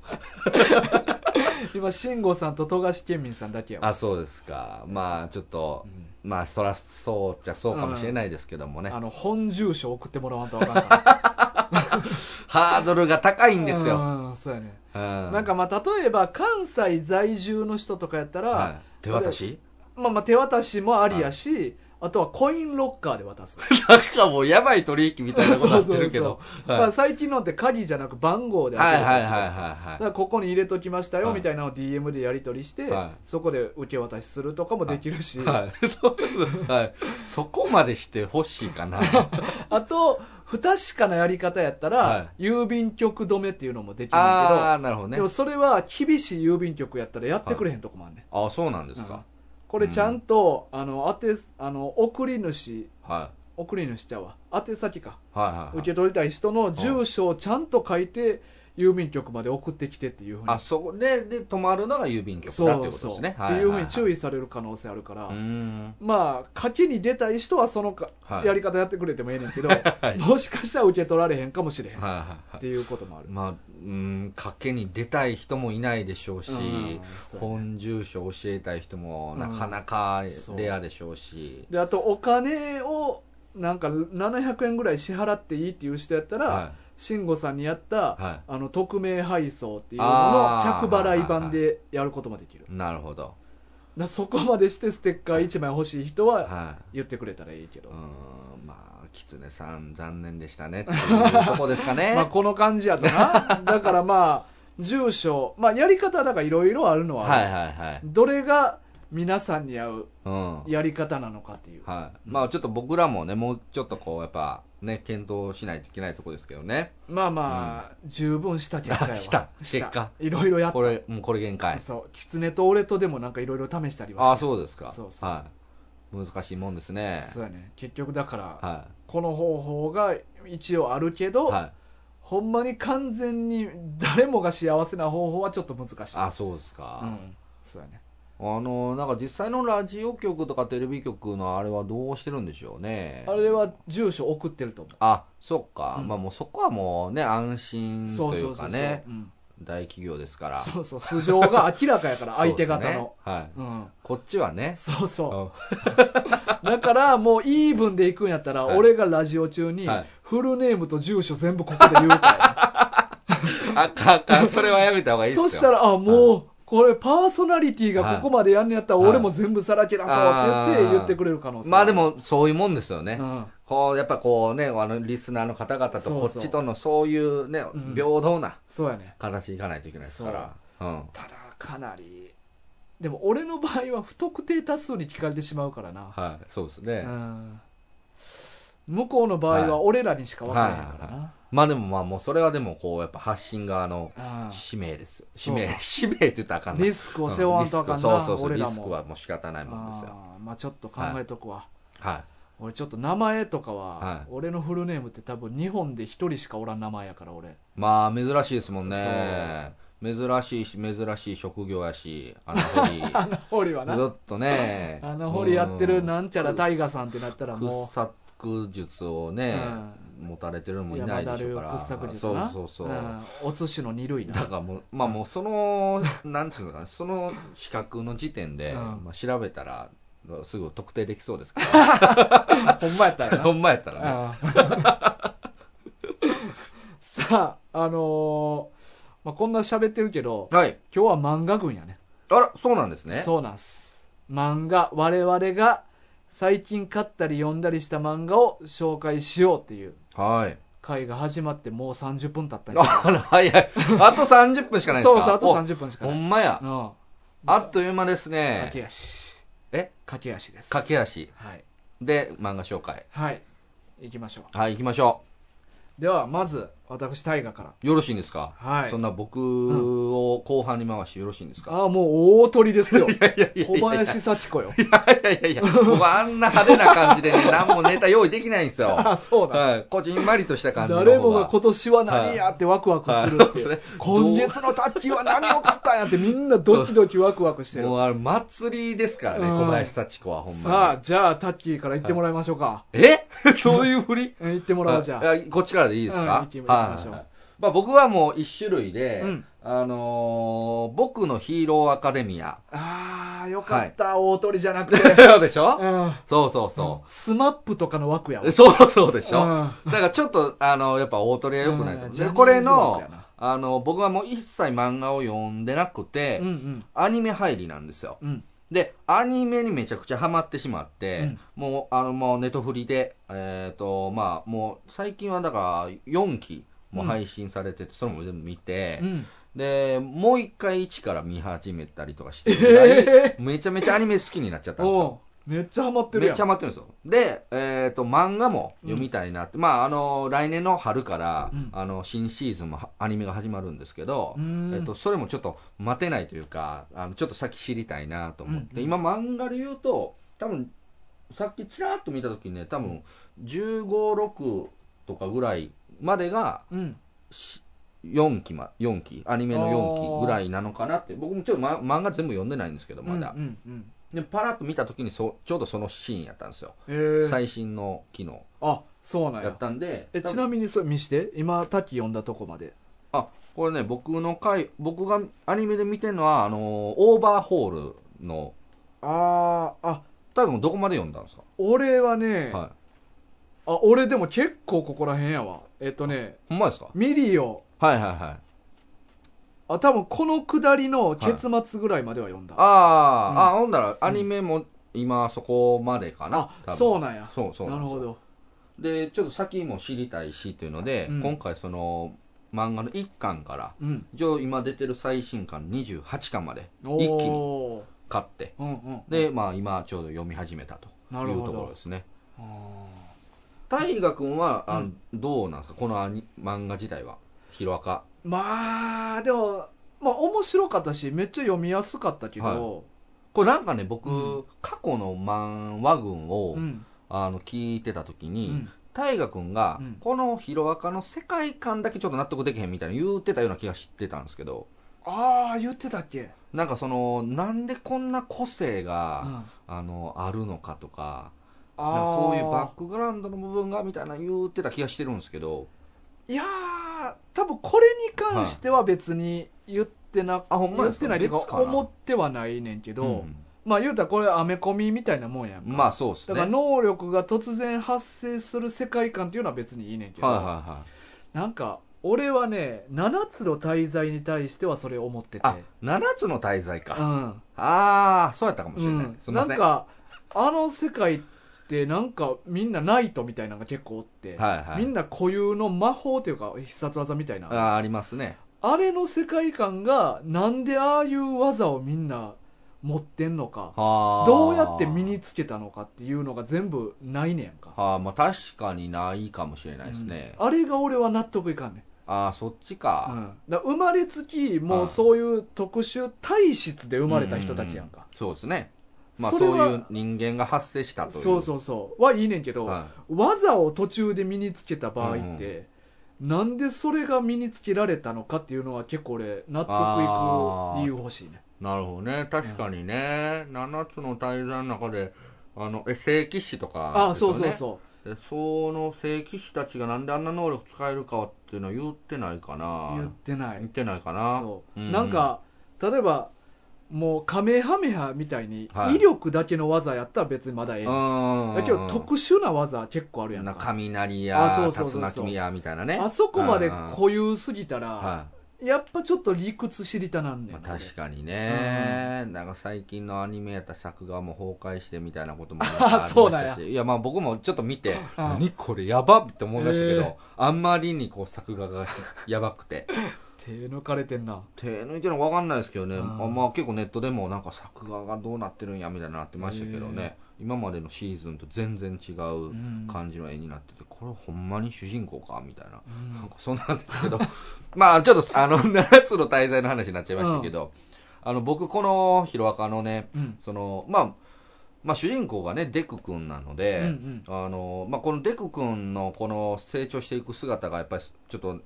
A: 今慎吾さんと富樫県民さんだけやわ
B: あ、そうですか。まあちょっと
A: う、ん
B: まあそらそうっちゃそうかもしれないですけどもね。
A: あの本住所送ってもらわんと分からんから
B: ハードルが高いんですよ。
A: うんそうやね、
B: な
A: なん、かまあ例えば関西在住の人とかやったら、
B: はい、手渡し
A: まあまあ手渡しもありやし、あとはコインロッカーで 渡す
B: なんかもうやばい取引みたいなことやってるけど。はい
A: まあ最近のって鍵じゃなく番号で
B: は
A: 開
B: い
A: け
B: はい
A: るん
B: はい
A: ですよだか
B: は
A: らここに入れときましたよ
B: はい
A: みたいなのを DM でやり取りして、
B: はい
A: そこで受け渡しするとかもできるし、
B: い。はい。そうはい。そこまでしてほしいかな。
A: あと不確かなやり方やったら、
B: は
A: 郵便局止めっていうのもできるん
B: あ
A: だ
B: あ、なるほど
A: けど、
B: ね
A: でも。それは厳しい郵便局やったらやってくれへんとこもあんねん、
B: ああ、そうなんです
A: うん
B: か。
A: これちゃんと、あの宛てあの送り主
B: は
A: 送り主ちゃうわ宛先か
B: い。はいはいはい。
A: 受け取りたい人の住所をちゃんと書いて郵便局まで送ってきてっていうふうに
B: あそこでで止まるのが郵便局だっていうことですね
A: そうそうっていうふうに
B: 意
A: 注意される可能性あるから、
B: うん
A: まあ賭けに出たい人はそのか、
B: はい
A: やり方やってくれてもええね んけど、
B: い
A: もしかしたら受け取られへんかもしれへんっ
B: はいはいはい
A: ていうこともある、
B: まあうん賭けに出たい人もいないでしょうし、
A: うんそうやね
B: 本住所教えたい人も
A: うん
B: なかなか
A: そう
B: レアでしょうし、
A: であとお金をなんか700円ぐらい支払っていいっていう人やったら、
B: は
A: 慎吾さんにやった、
B: いは
A: あの匿名配送っていうのの
B: あー
A: 着払い版でやることもできるだか
B: いなるほど、
A: らそこまでしてステッカー1枚欲しい人は
B: は
A: 言ってくれたらいいけ
B: い、
A: ど
B: う、んまあ狐さん残念でしたねっていうとこですか ね、
A: まあこの感じやと なだからまあ住所、まあ、やり方だからいろいろあるのはあ
B: は
A: る、
B: いはいはい、
A: どれが皆さんに合う
B: うん、
A: やり方なのかっていう、
B: はい。まあちょっと僕らもね、もうちょっとこう、やっぱ、ね、検討しないといけないとこですけどね。
A: まあまあ、十分した結果やわ
B: した結果
A: いろいろやっ
B: これ、もうこれ限
A: た
B: 界。
A: そう狐と俺とでもなんかいろいろ試したりは
B: ああ、
A: して
B: そうですか。
A: そうそう
B: はい。難しいもんですね。
A: そうやね結局だから
B: は
A: この方法が一応あるけ
B: い。
A: ど、
B: はい。
A: ほんまに完全に誰もが幸せな方法はちょっと難しい
B: ああ、そうです
A: う
B: か。
A: んそうやね
B: あの、なんか実際のラジオ局とかテレビ局のあれはどうしてるんでしょうね。
A: あれ。は住所送ってると思う
B: あ、そっか。
A: うん
B: まあもうそこはもうね、安心
A: そう
B: とい
A: そううそ
B: か
A: うそう、
B: ね。
A: うん
B: 大企業ですから。
A: そうそう素性が明らかやから相手
B: そう
A: 方
B: ですね
A: の、
B: はい。
A: うん
B: こっちはね。
A: そう
B: う
A: そう
B: ん
A: だからもうイーブンで行くんやったら
B: はい
A: 俺がラジオ中に
B: はい
A: フルネームと住所全部ここで言うか
B: あかんあかん、それはやめた方が
A: ら、
B: いいですよ。
A: そしたらあもうこれパーソナリティがここまでやんねやったら
B: はい
A: 俺も全部さらけ出そうって言っ
B: あ
A: て
B: ー
A: 言ってくれる可能性
B: まあで
A: も、
B: も、そういうもんですよね。
A: うん
B: こう、やっぱこうね、あの、リスナーの方々と
A: そう
B: こ
A: そう
B: っちとのそういうね、
A: ん
B: 平等な
A: そうやね
B: 形でいかないといけないですから。うん。
A: ただかなりでも俺の場合は不特定多数に聞かれてしまうからな、
B: はい、そうです
A: う
B: ね。
A: ん、向こうの場合は俺らにしか分からへんからな、
B: まあでもまあもうそれはでもこう、やっぱ発信側の
A: うん
B: 使命ですよ。使
A: そう
B: 命、 使命って言ったらあかんな。
A: リスクを背負わんとあかんな、
B: うんリスクそうそうそう、
A: 俺ら
B: リ
A: も
B: スクはもう仕方ないもんですよ。
A: あーまあちょっと考えとくわ、
B: は
A: 俺ちょっと名前とかは、
B: はい
A: 俺のフルネームって多分日本で一人しかおらん名前やから俺
B: い。まあ珍しいですもんね。珍しいし、珍しい職業やし、あの掘り。
A: 穴掘りは
B: ち
A: な
B: ょっとね。
A: 穴掘りやって
B: う
A: る
B: ん
A: なんちゃら大河さんってなったら
B: 掘
A: も
B: 削術をね、持たれてる
A: う
B: のもい
A: 山
B: ないで
A: 田
B: しょ
A: 流
B: うから
A: 掘削術な
B: そうそうそう、
A: んお寿司の二類な
B: だからもうまあもうそのなんていうのかなその資格の時点で、
A: うん
B: まあ、調べたらすぐ特定できそうですか
A: ほんまやったら
B: ら
A: な
B: ほんまやったらね
A: ああ さあ、あのーまあ、こんな喋ってるけど、
B: はい
A: 今日は漫画群やね。
B: あらそうなんですね
A: そうなんす。漫画、我々が最近買ったり読んだりした漫画を紹介しようっていう
B: はい
A: 回が始まってもう30分経ったんや
B: あら早いあと30分しかないです
A: そ
B: か
A: うそう、あと30分しか
B: おほ
A: ない。
B: んまや
A: うん。
B: あっという間です
A: 駆
B: ね
A: け足。
B: え
A: 駆け足です。
B: 駆け足
A: はい。
B: で漫画紹介
A: はい。行きましょ
B: はい行きましょ
A: う。では、まず、私、大河から。
B: うよろしいんですか
A: はい
B: そんな僕を後半に回してよろしいんですか、
A: ああ、もう大鳥です よ。小林幸子よ。
B: いやいやいや、僕あんな派手な感じ でね、何もネタ用意できないんですよ。
A: ああ、そうだ。
B: はい、こじんまりとした感じの方が。
A: 誰もが今年は何やってワクワクする
B: はい
A: って、
B: そうですね
A: 今月の卓球は何を買ったんやってみんなドキドキワクワクしてる
B: もうあれ、祭りですからね、
A: うん
B: 小林幸子はほんまに。
A: さあじゃあタッキーから行ってもらいましょうか、
B: えそういうふり
A: うん行ってもらおうじゃあ
B: あこっちからでいいです
A: うん行
B: か
A: き行きましょう
B: はいまあ僕はもう一種類で、
A: うん
B: あのー僕のヒーローアカデミ ア。
A: あーよかった、大鳥じゃなくて、
B: そうでしょ、
A: うん、
B: そうそうそ
A: スマップとかの枠やわ
B: う。そうそうでしょ、
A: うん
B: だからちょっと、あの、やっぱ大鳥は良くな
A: う
B: いと
A: ん
B: 思う
A: ジャニー
B: で。
A: ズ
B: これ
A: 枠
B: の
A: やな、
B: あの、僕はもう一切漫画を読んでなくて、
A: うんうん
B: アニメ入りなんですよ。
A: うん
B: で、アニメにめちゃくちゃハマってしまって、
A: うん
B: もう、あの、もうネットフリで、えっ、と、まあ、もう、最近はだから、4期も配信されてて、それも全部見て
A: う、ん
B: で、もう一回一から見始めたりとかしてるぐらい、
A: え
B: めちゃめちゃアニメ好きになっちゃっ
A: ー、
B: たんですよ。
A: おうめっちゃハマってる
B: め
A: やん
B: っちゃハマってるんですよ。で、えっ、と、漫画も読みたいなって、まあ、あの、来年の春から、
A: うん
B: あの、新シーズンもはアニメが始まるんですけど、
A: うん
B: えっと、それもちょっと待てないというか、あの、ちょっと先知りたいなと思って、今漫画で言うと、多分、さっきちらっと見た時にね、多分、15、6とかぐらいまでが、
A: うん
B: し4期ま、四期、アニメの
A: あ
B: 4
A: ー
B: 期ぐらいなのかなって、僕もちょっと、ま、漫画全部読んでないんですけど、まだ。
A: うんうんうん
B: で、パラッと見た時にそ、ちょうどそのシーンやったんですよ。
A: えー、
B: 最新の機能
A: あそうなん
B: や
A: や
B: ったんで。
A: えちなみにそれ見して今タキ読んだとこまで
B: あ、これね、僕の回、僕がアニメで見てるのは、あのーオーバーホールの、
A: あーあ
B: 多分どこまで読んだんですか、
A: 俺はね、
B: はい。
A: あ俺でも結構ここら辺やわえっとね
B: ほんまですか
A: ミリオ
B: はいはいはい。
A: あ多分この下りの結末ぐらいまでは読んだ、
B: あー、
A: うん
B: あ、ほんだら、アニメも今そこまでかな。多
A: あ
B: 分
A: そうなんや
B: そうそう
A: なんる
B: ですよ
A: ほど
B: で、ちょっと先も知りたいしというので、
A: うん
B: 今回その、漫画の1巻から、
A: うん
B: 一応今出てる最新巻28巻まで、
A: お
B: 一気に
A: お
B: 買って、
A: うんうん
B: で、まあ今ちょうど読み始めたと
A: ないる
B: う
A: ほ
B: ところ
A: ど
B: ですね。
A: あ
B: 大河君は、あ
A: う
B: どうなんですかこのアニ漫画自体は。ヒロアカ。
A: ーまあでもまあ面白かったしめっちゃ読みやすかったけど、
B: これなんかね、僕、
A: う
B: 過去の漫画群を、
A: うん
B: あの、聞いてた時
A: う
B: に、
A: ん
B: 大河君が、
A: うん
B: このヒロアカの世界観だけちょっと納得できへんみたいな言ってたような気がしてたんですけど、
A: ああ言ってたっけ、
B: なんかその、なんでこんな個性
A: うん
B: が、
A: あ
B: あの、あるのかとか、なんか
A: あ
B: そういうバックグラウンドの部分がみたいな言ってた気がしてるんですけど、
A: いやー多分これに関しては別に言ってな、
B: あほん
A: 言
B: まで
A: っ
B: すか
A: てないっていう
B: 別
A: か
B: かな
A: 思ってはないねんけど、
B: ん
A: まあ言うたらこれアメコミみたいなもんやんか
B: まあそうです
A: だ
B: ね。
A: から
B: はい
A: 能力が突然発生する世界観っていうのは別にいいねんけど、
B: はいはい。
A: なんか俺はね7つの滞在に対してはそれ思ってて
B: あ、7つの大罪か。
A: うん
B: ああ、そうやったかもし
A: う
B: れない。
A: ん
B: すみ
A: な
B: ま
A: ん
B: せん。
A: かあの世界ってなんかみんなナイトみたいなのが結構おって、
B: はいはい
A: みんな固有の魔法というか必殺技みたいな
B: ああ、ありますね。
A: あれの世界観がなんでああいう技をみんな持ってんのか
B: はあ。
A: どうやって身につけたのかっていうのが全部ないねやんか、
B: はあ、まあ確かにないかもしれないですね。
A: うんあれが俺は納得いかんねん
B: ああ、そっちか。
A: うん、だから生まれつきも
B: は
A: う
B: い
A: そういう特殊体質で生まれた人たちやんか、
B: そうですね。まあ
A: それ
B: そ
A: は
B: ういう人間が発生したという。
A: そうそうそうはいいねんけど、
B: は
A: 技を途中で身につけた場合って、なんでそれが身につけられたのかっていうのは結構俺納得いく理由欲しいね
B: い。なるほどね。確かにね。7つの大罪の中で、あの、え、聖騎士とか、
A: ああそうそう
B: う。
A: そ
B: でその聖騎士たちがなんであんな能力使えるかっていうのは言ってないか
A: う言っ
B: な。
A: てない
B: 言ってないかな。
A: そう、
B: うん
A: なんか例えばもうカメハメハみたいに、
B: はい
A: 威力だけの技やったら別にまだええ、
B: うん。
A: だけど特殊な技結構あるやん
B: な
A: か
B: 雷や
A: あそうそうそ
B: 竜
A: うそう
B: 巻やみたいなね
A: あそこまで
B: うんうん
A: 固有すぎたら、
B: は
A: やっぱちょっと理屈知りたなん
B: い
A: ねん
B: まあ、
A: な、
B: 確かにね、なんか最近のアニメやった作画も崩壊してみたいなこともなんかありました し
A: そうなんや
B: いやまあ僕もちょっと見て、
A: うん
B: 何これやばって思いましたけど、
A: へえ
B: あんまりにこう作画がやばくて
A: 手抜かれてんな
B: 手抜いてるのか分かんないですけどね、
A: うん
B: あまあ結構ネットでもなんか作画がどうなってるんやみたいになってましたけど
A: へ
B: ね今までのシーズンと全然違う感じの絵になってて、これほんまに主人公かみたいななんかそんなんですけど、 まあちょっとあの、7つの 滞在の話になっちゃいましたけど、あの、僕このヒロアカのね、
A: うん
B: その、まあ、まあ主人公がね、デク君なので、
A: うんうん
B: あの、まあこのデク君のこの成長していく姿がやっぱりちょっと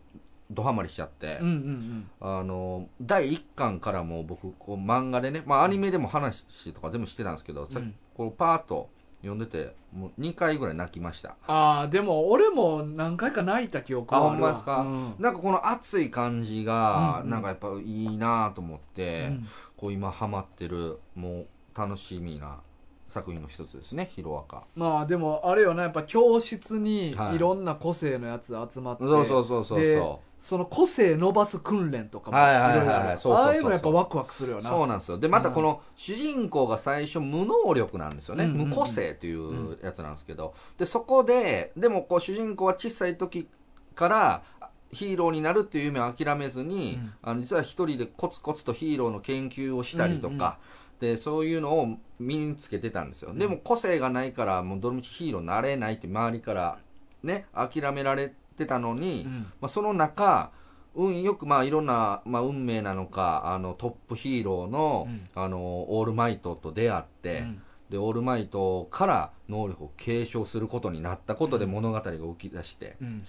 B: ドハマりしちゃって、
A: うんうん
B: あの、第1巻からもう僕、こう漫画でね、まあアニメでも話とか全部してたんですけど、さ
A: うん
B: こうパーッと読んでて、もう2回ぐらい泣きました。
A: ああでも俺も何回か泣いた記憶
B: あ
A: は
B: ほ
A: あ
B: ん
A: る
B: ま
A: わ
B: ですか、
A: うん
B: なんかこの熱い感じ
A: う
B: が、
A: んうん
B: なんかやっぱいいなと思っ
A: う
B: て、
A: ん
B: こう今ハマってるもう楽しみな作品の一つですね「ヒロアカ
A: まあでもあれよなやっぱ教室に
B: はい
A: いろんな個性のやつ集まっ」て、
B: そうそうそうそう
A: で
B: そ
A: その個性伸ばす訓練とかも
B: はいはいはいはい
A: ろろある
B: そうそうそうそう
A: ああいうのやっぱワクワクするよ
B: う
A: な
B: そうなんですよでまたこの主人公が最初無能力なんですよね、
A: うんうんうん
B: 無個性というやつなんですけどでそこででもこう主人公は小さい時からヒーローになるっていう夢を諦めずに、
A: うん
B: あの実は一人でコツコツとヒーローの研究をしたりとか、でそういうのを身につけてたんですよ、でも個性がないからもうどのみちヒーローになれないって周りからね諦められてたのに、
A: うん
B: まあ、その中運よくまあいろんな、まあ、運命なのかあのトップヒーローの,、
A: うん
B: あのオールマイトと出会って、
A: うん
B: でオールマイトから能力を継承することになったことで物語が起き出して、
A: うん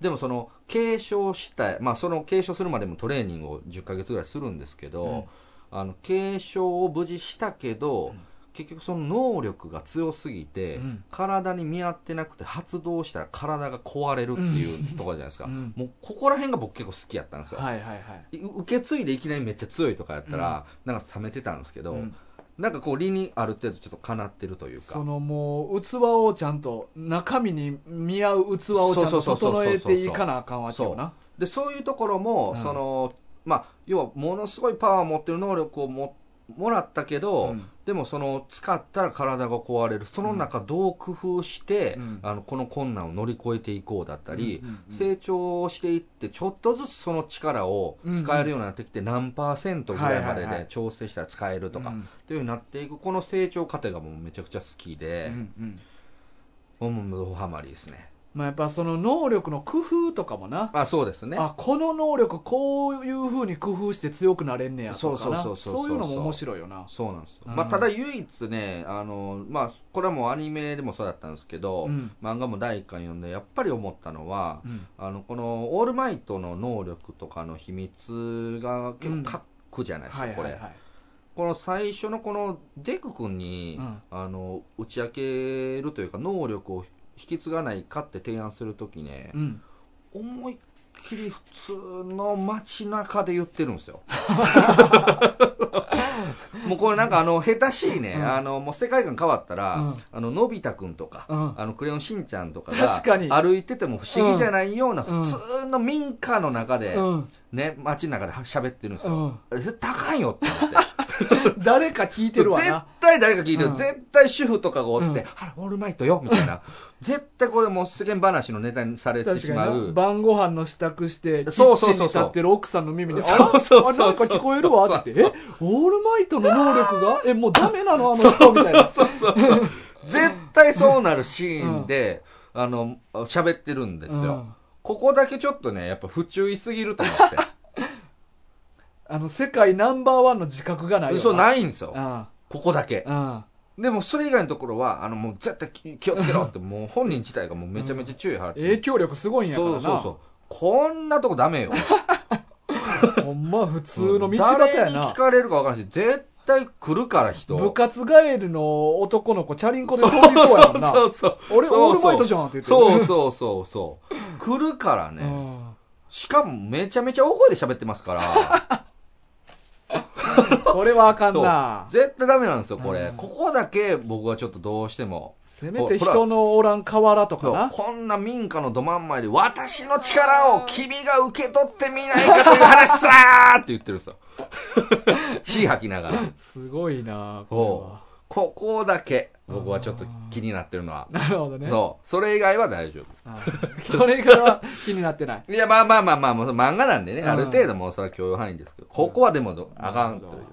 B: でもその継承したい、まあ、その継承するまでもトレーニングを10ヶ月ぐらいするんですけど、あの継承を無事したけど、結局その能力が強すぎて、
A: うん
B: 体に見合ってなくて発動したら体が壊れるっていうところじゃないですか、
A: うん
B: もうここら辺が僕結構好きやったんですよ、
A: はいはいはい。
B: い受け継いでいきなりめっちゃ強いとかやったら、なんか冷めてたんですけど、
A: うん
B: なんかこう理にある程度ちょっとかなってるという
A: そ
B: か
A: のもう器をちゃんと中身に見合う器をちゃんと
B: そうそうそうそうそ
A: 整
B: う
A: えていかなあかんわけよな
B: でそういうところ
A: う
B: も、
A: ん
B: そのまあ要はものすごいパワーを持ってる能力をももらったけ
A: う
B: ど、
A: ん
B: でもその使ったら体が壊れるその中どう工夫して、
A: うん
B: あのこの困難を乗り越えていこうだったり、
A: うんうんうん
B: 成長していってちょっとずつその力を使えるようになってきて、何パーセントぐらいま
A: はいは
B: で
A: いは
B: で
A: い
B: 調整したら使えるとか、
A: うん
B: っていうようになっていくこの成長過程がもうめちゃくちゃ好き
A: う
B: で、
A: んうん
B: もうもうドハマりですね
A: まあやっぱその能力の工夫とかもな
B: あそうですね
A: あこの能力こういうふうに工夫して強くなれんねやとかな
B: そうそうそうそうそ
A: そ
B: う
A: ういうのも面白いよな
B: そうなんですよ、
A: うん
B: まあ、ただ唯一ねあの、まあ、これはもうアニメでもそうだったんですけど、
A: うん
B: 漫画も第一巻読んでやっぱり思ったのは、
A: うん
B: あのこのオールマイトの能力とかの秘密が結構核じゃないですか、
A: はい
B: こ
A: は
B: れ、
A: いはい
B: この最初のこのデク君に、
A: うん
B: あの打ち明けるというか能力を引き継がないかって提案するときね
A: う、ん
B: 思いっきり普通の街中で言ってる んですよもうこれなんかあの下手しいね、
A: うん
B: あのもう世界観変わったら、
A: うん
B: あののび太くんとか、
A: うん
B: あのクレヨンしんちゃんとか
A: 確かに
B: が歩いてても不思議じゃないような
A: うん
B: 普通の民家の中で、
A: うん
B: ね街の中で喋ってるんですよ、
A: う
B: 絶対高いよって思っ て
A: ん誰か聞いてるわ
B: 絶
A: な
B: 対誰か聞いてる、
A: うん
B: 絶対主婦とかがおって、
A: うん
B: あらオールマイトよみたいな絶対これもう世間話のネタにされて
A: 確
B: し
A: か
B: ま
A: にな
B: う
A: 晩ご飯の支度してキ
B: そう
A: ッ
B: そう
A: チンに
B: そう
A: 立
B: そう
A: ってる奥さんの耳に
B: そうそうそうそ
A: あ
B: う
A: れあれなんか聞こえるわって言ってえオールマイトの能力がえもうダメなのあの人みたいな
B: そうそうそう絶対そうなるシーンで、あの喋ってるんですよ、
A: うん
B: ここだけちょっとねやっぱ不注意すぎると 思って
A: あの世界ナンバーワンの自覚がないよな
B: 嘘ないんですよ
A: うん
B: ここだけ
A: うん
B: でもそれ以外のところはあのもう絶対気気をつけろってもう本人自体がもうめちゃめちゃ注意払って、
A: 影響力すごいんやから
B: そ
A: な
B: うそうそうこんなとこダメよ
A: ほんま普通の道端や
B: 誰に聞
A: な
B: かれるか分からないし絶対来るから人
A: 部活帰りの男の子チャリンコで飛び行こうやもんな
B: そうそうそう
A: 俺オールマイトじ
B: ゃん
A: ゃんって言って
B: そう
A: う
B: そうそうそう来るからね、
A: ん
B: しかもめちゃめちゃ大声で喋ってますから
A: これはあかん
B: そう
A: な
B: 絶対ダメなんですよこれ、
A: うん
B: ここだけ僕はちょっとどうしても
A: せめて人のおらん河原とか
B: そう
A: な
B: こんな民家のど真ん前で私の力を君が受け取ってみないかという話さ ーって言ってるんですよ血吐きながら
A: すごいな
B: そ
A: こ
B: うここだけ僕はちょっと気になってるのは
A: れはなるほどね
B: そう。それ以外は大丈夫。
A: あそれが気になって ない
B: いや、まあまあまあまあ、もう漫画なんでね、
A: うん
B: ある程度もうそれは許容範囲ですけど、ここはでもど、あかんとい
A: な
B: う
A: るほ。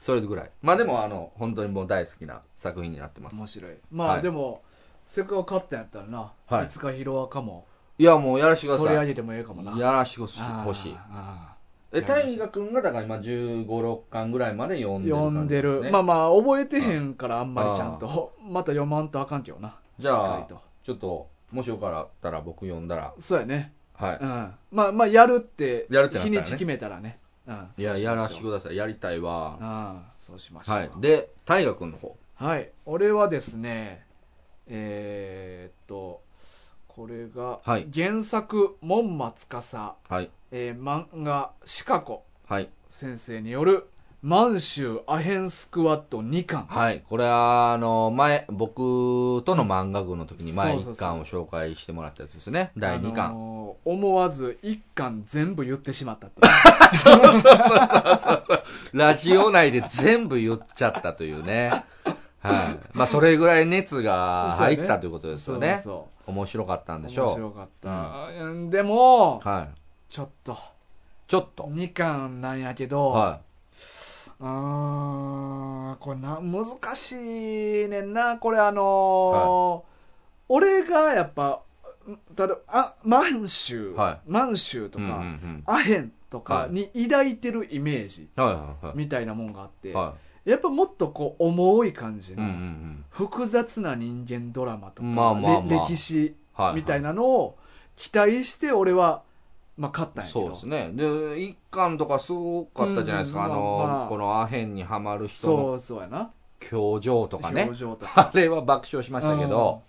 B: それぐらい。まあでも、あの、本当にもう大好きな作品になってます。
A: 面白いま
B: は
A: あ
B: い
A: でもせっかく勝ったんやったらな
B: はい
A: いつかヒロアカも
B: いや、もうやらしてくだ
A: 取り
B: さ
A: 上
B: い。
A: げてもええかもな
B: やらしてほしい。
A: あ
B: え、大河君がだから今15、6巻ぐらいまで読
A: ー
B: んでる
A: 読ん
B: 感じ
A: です
B: ね、
A: るまあまあ覚えてへんからあんまりちゃんとまた読まんとあかんけどな
B: じゃ
A: しっ
B: あ
A: かりと、
B: ちょっと、もしよかったら僕読んだら、
A: そうやね
B: は
A: うんまあまあやるって
B: やるってなったらね
A: 日にち決めたらねうん
B: い。い
A: そ
B: や、
A: うしましょう
B: やらしてください。やりたい
A: あ
B: わ。
A: あそうしましょう
B: はい。で、大河君の方。
A: はい俺はですねえーっとこれが
B: はい
A: 原作「門馬司
B: はい。」
A: えー漫画「シカ子
B: はい。」
A: 先生による「満州アヘンスクワット2巻」
B: はい。これは、あの、前、僕との漫画群の時に前
A: そうそう
B: 1巻を紹介してもらったやつですね。第2
A: あ
B: 巻。
A: のー思わず1巻全部言ってしまったっていう
B: ラジオ内で全部言っちゃったという ね。はい。まあ、それぐらい熱が入ったということですよね。
A: そ
B: 面白かったん
A: う
B: でし
A: そう面
B: ょ
A: 白かった、うんでも
B: う。はい。
A: ちょっと
B: ちょっと。
A: 2巻なんやけど、
B: は
A: うーんこれな難しいねんなこれあのー俺がやっぱただあ満州、
B: は
A: 満州と
B: い。
A: か、
B: うんうん
A: アヘンとかに抱いてるイメージ
B: うん。はいはいは
A: みたいなもんがあって、
B: い。は
A: やっぱもっとこう重い感じ
B: い。うん
A: の、
B: うんうん。
A: 複雑な人間ドラマとか、
B: まあまあまあ
A: れ歴史
B: はい。
A: みたい
B: な。
A: なのを期待して俺は、まあ、勝ったんやけど。
B: そうですね。で、一巻とかすごかったじゃないですか。
A: うん
B: あの、
A: まあ
B: このアヘンにはまる人の
A: そうそうやな。
B: 表情とかね
A: 表。情とか。
B: あれは爆笑しましたけど。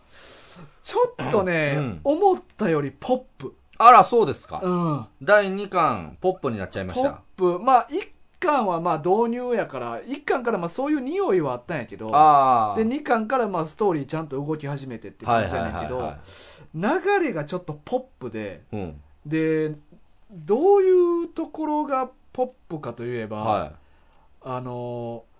A: ちょっとね、
B: うん
A: 思ったよりポップ。
B: あら、そうですか。
A: うん。
B: 第2巻、ポップになっちゃいまし
A: ポッ
B: た。
A: プ。まあ、一巻はまあ導入やから、一巻からまあそういう匂いはあったんやけど、
B: ああ。
A: で、2巻からまあストーリーちゃんと動き始めてって
B: はい
A: 感
B: は
A: じやね
B: い
A: ん
B: は
A: け
B: い
A: ど
B: は、
A: 流れがちょっとポップで、
B: い。うん。
A: で、どういうところがポップかといえば、
B: は
A: あのー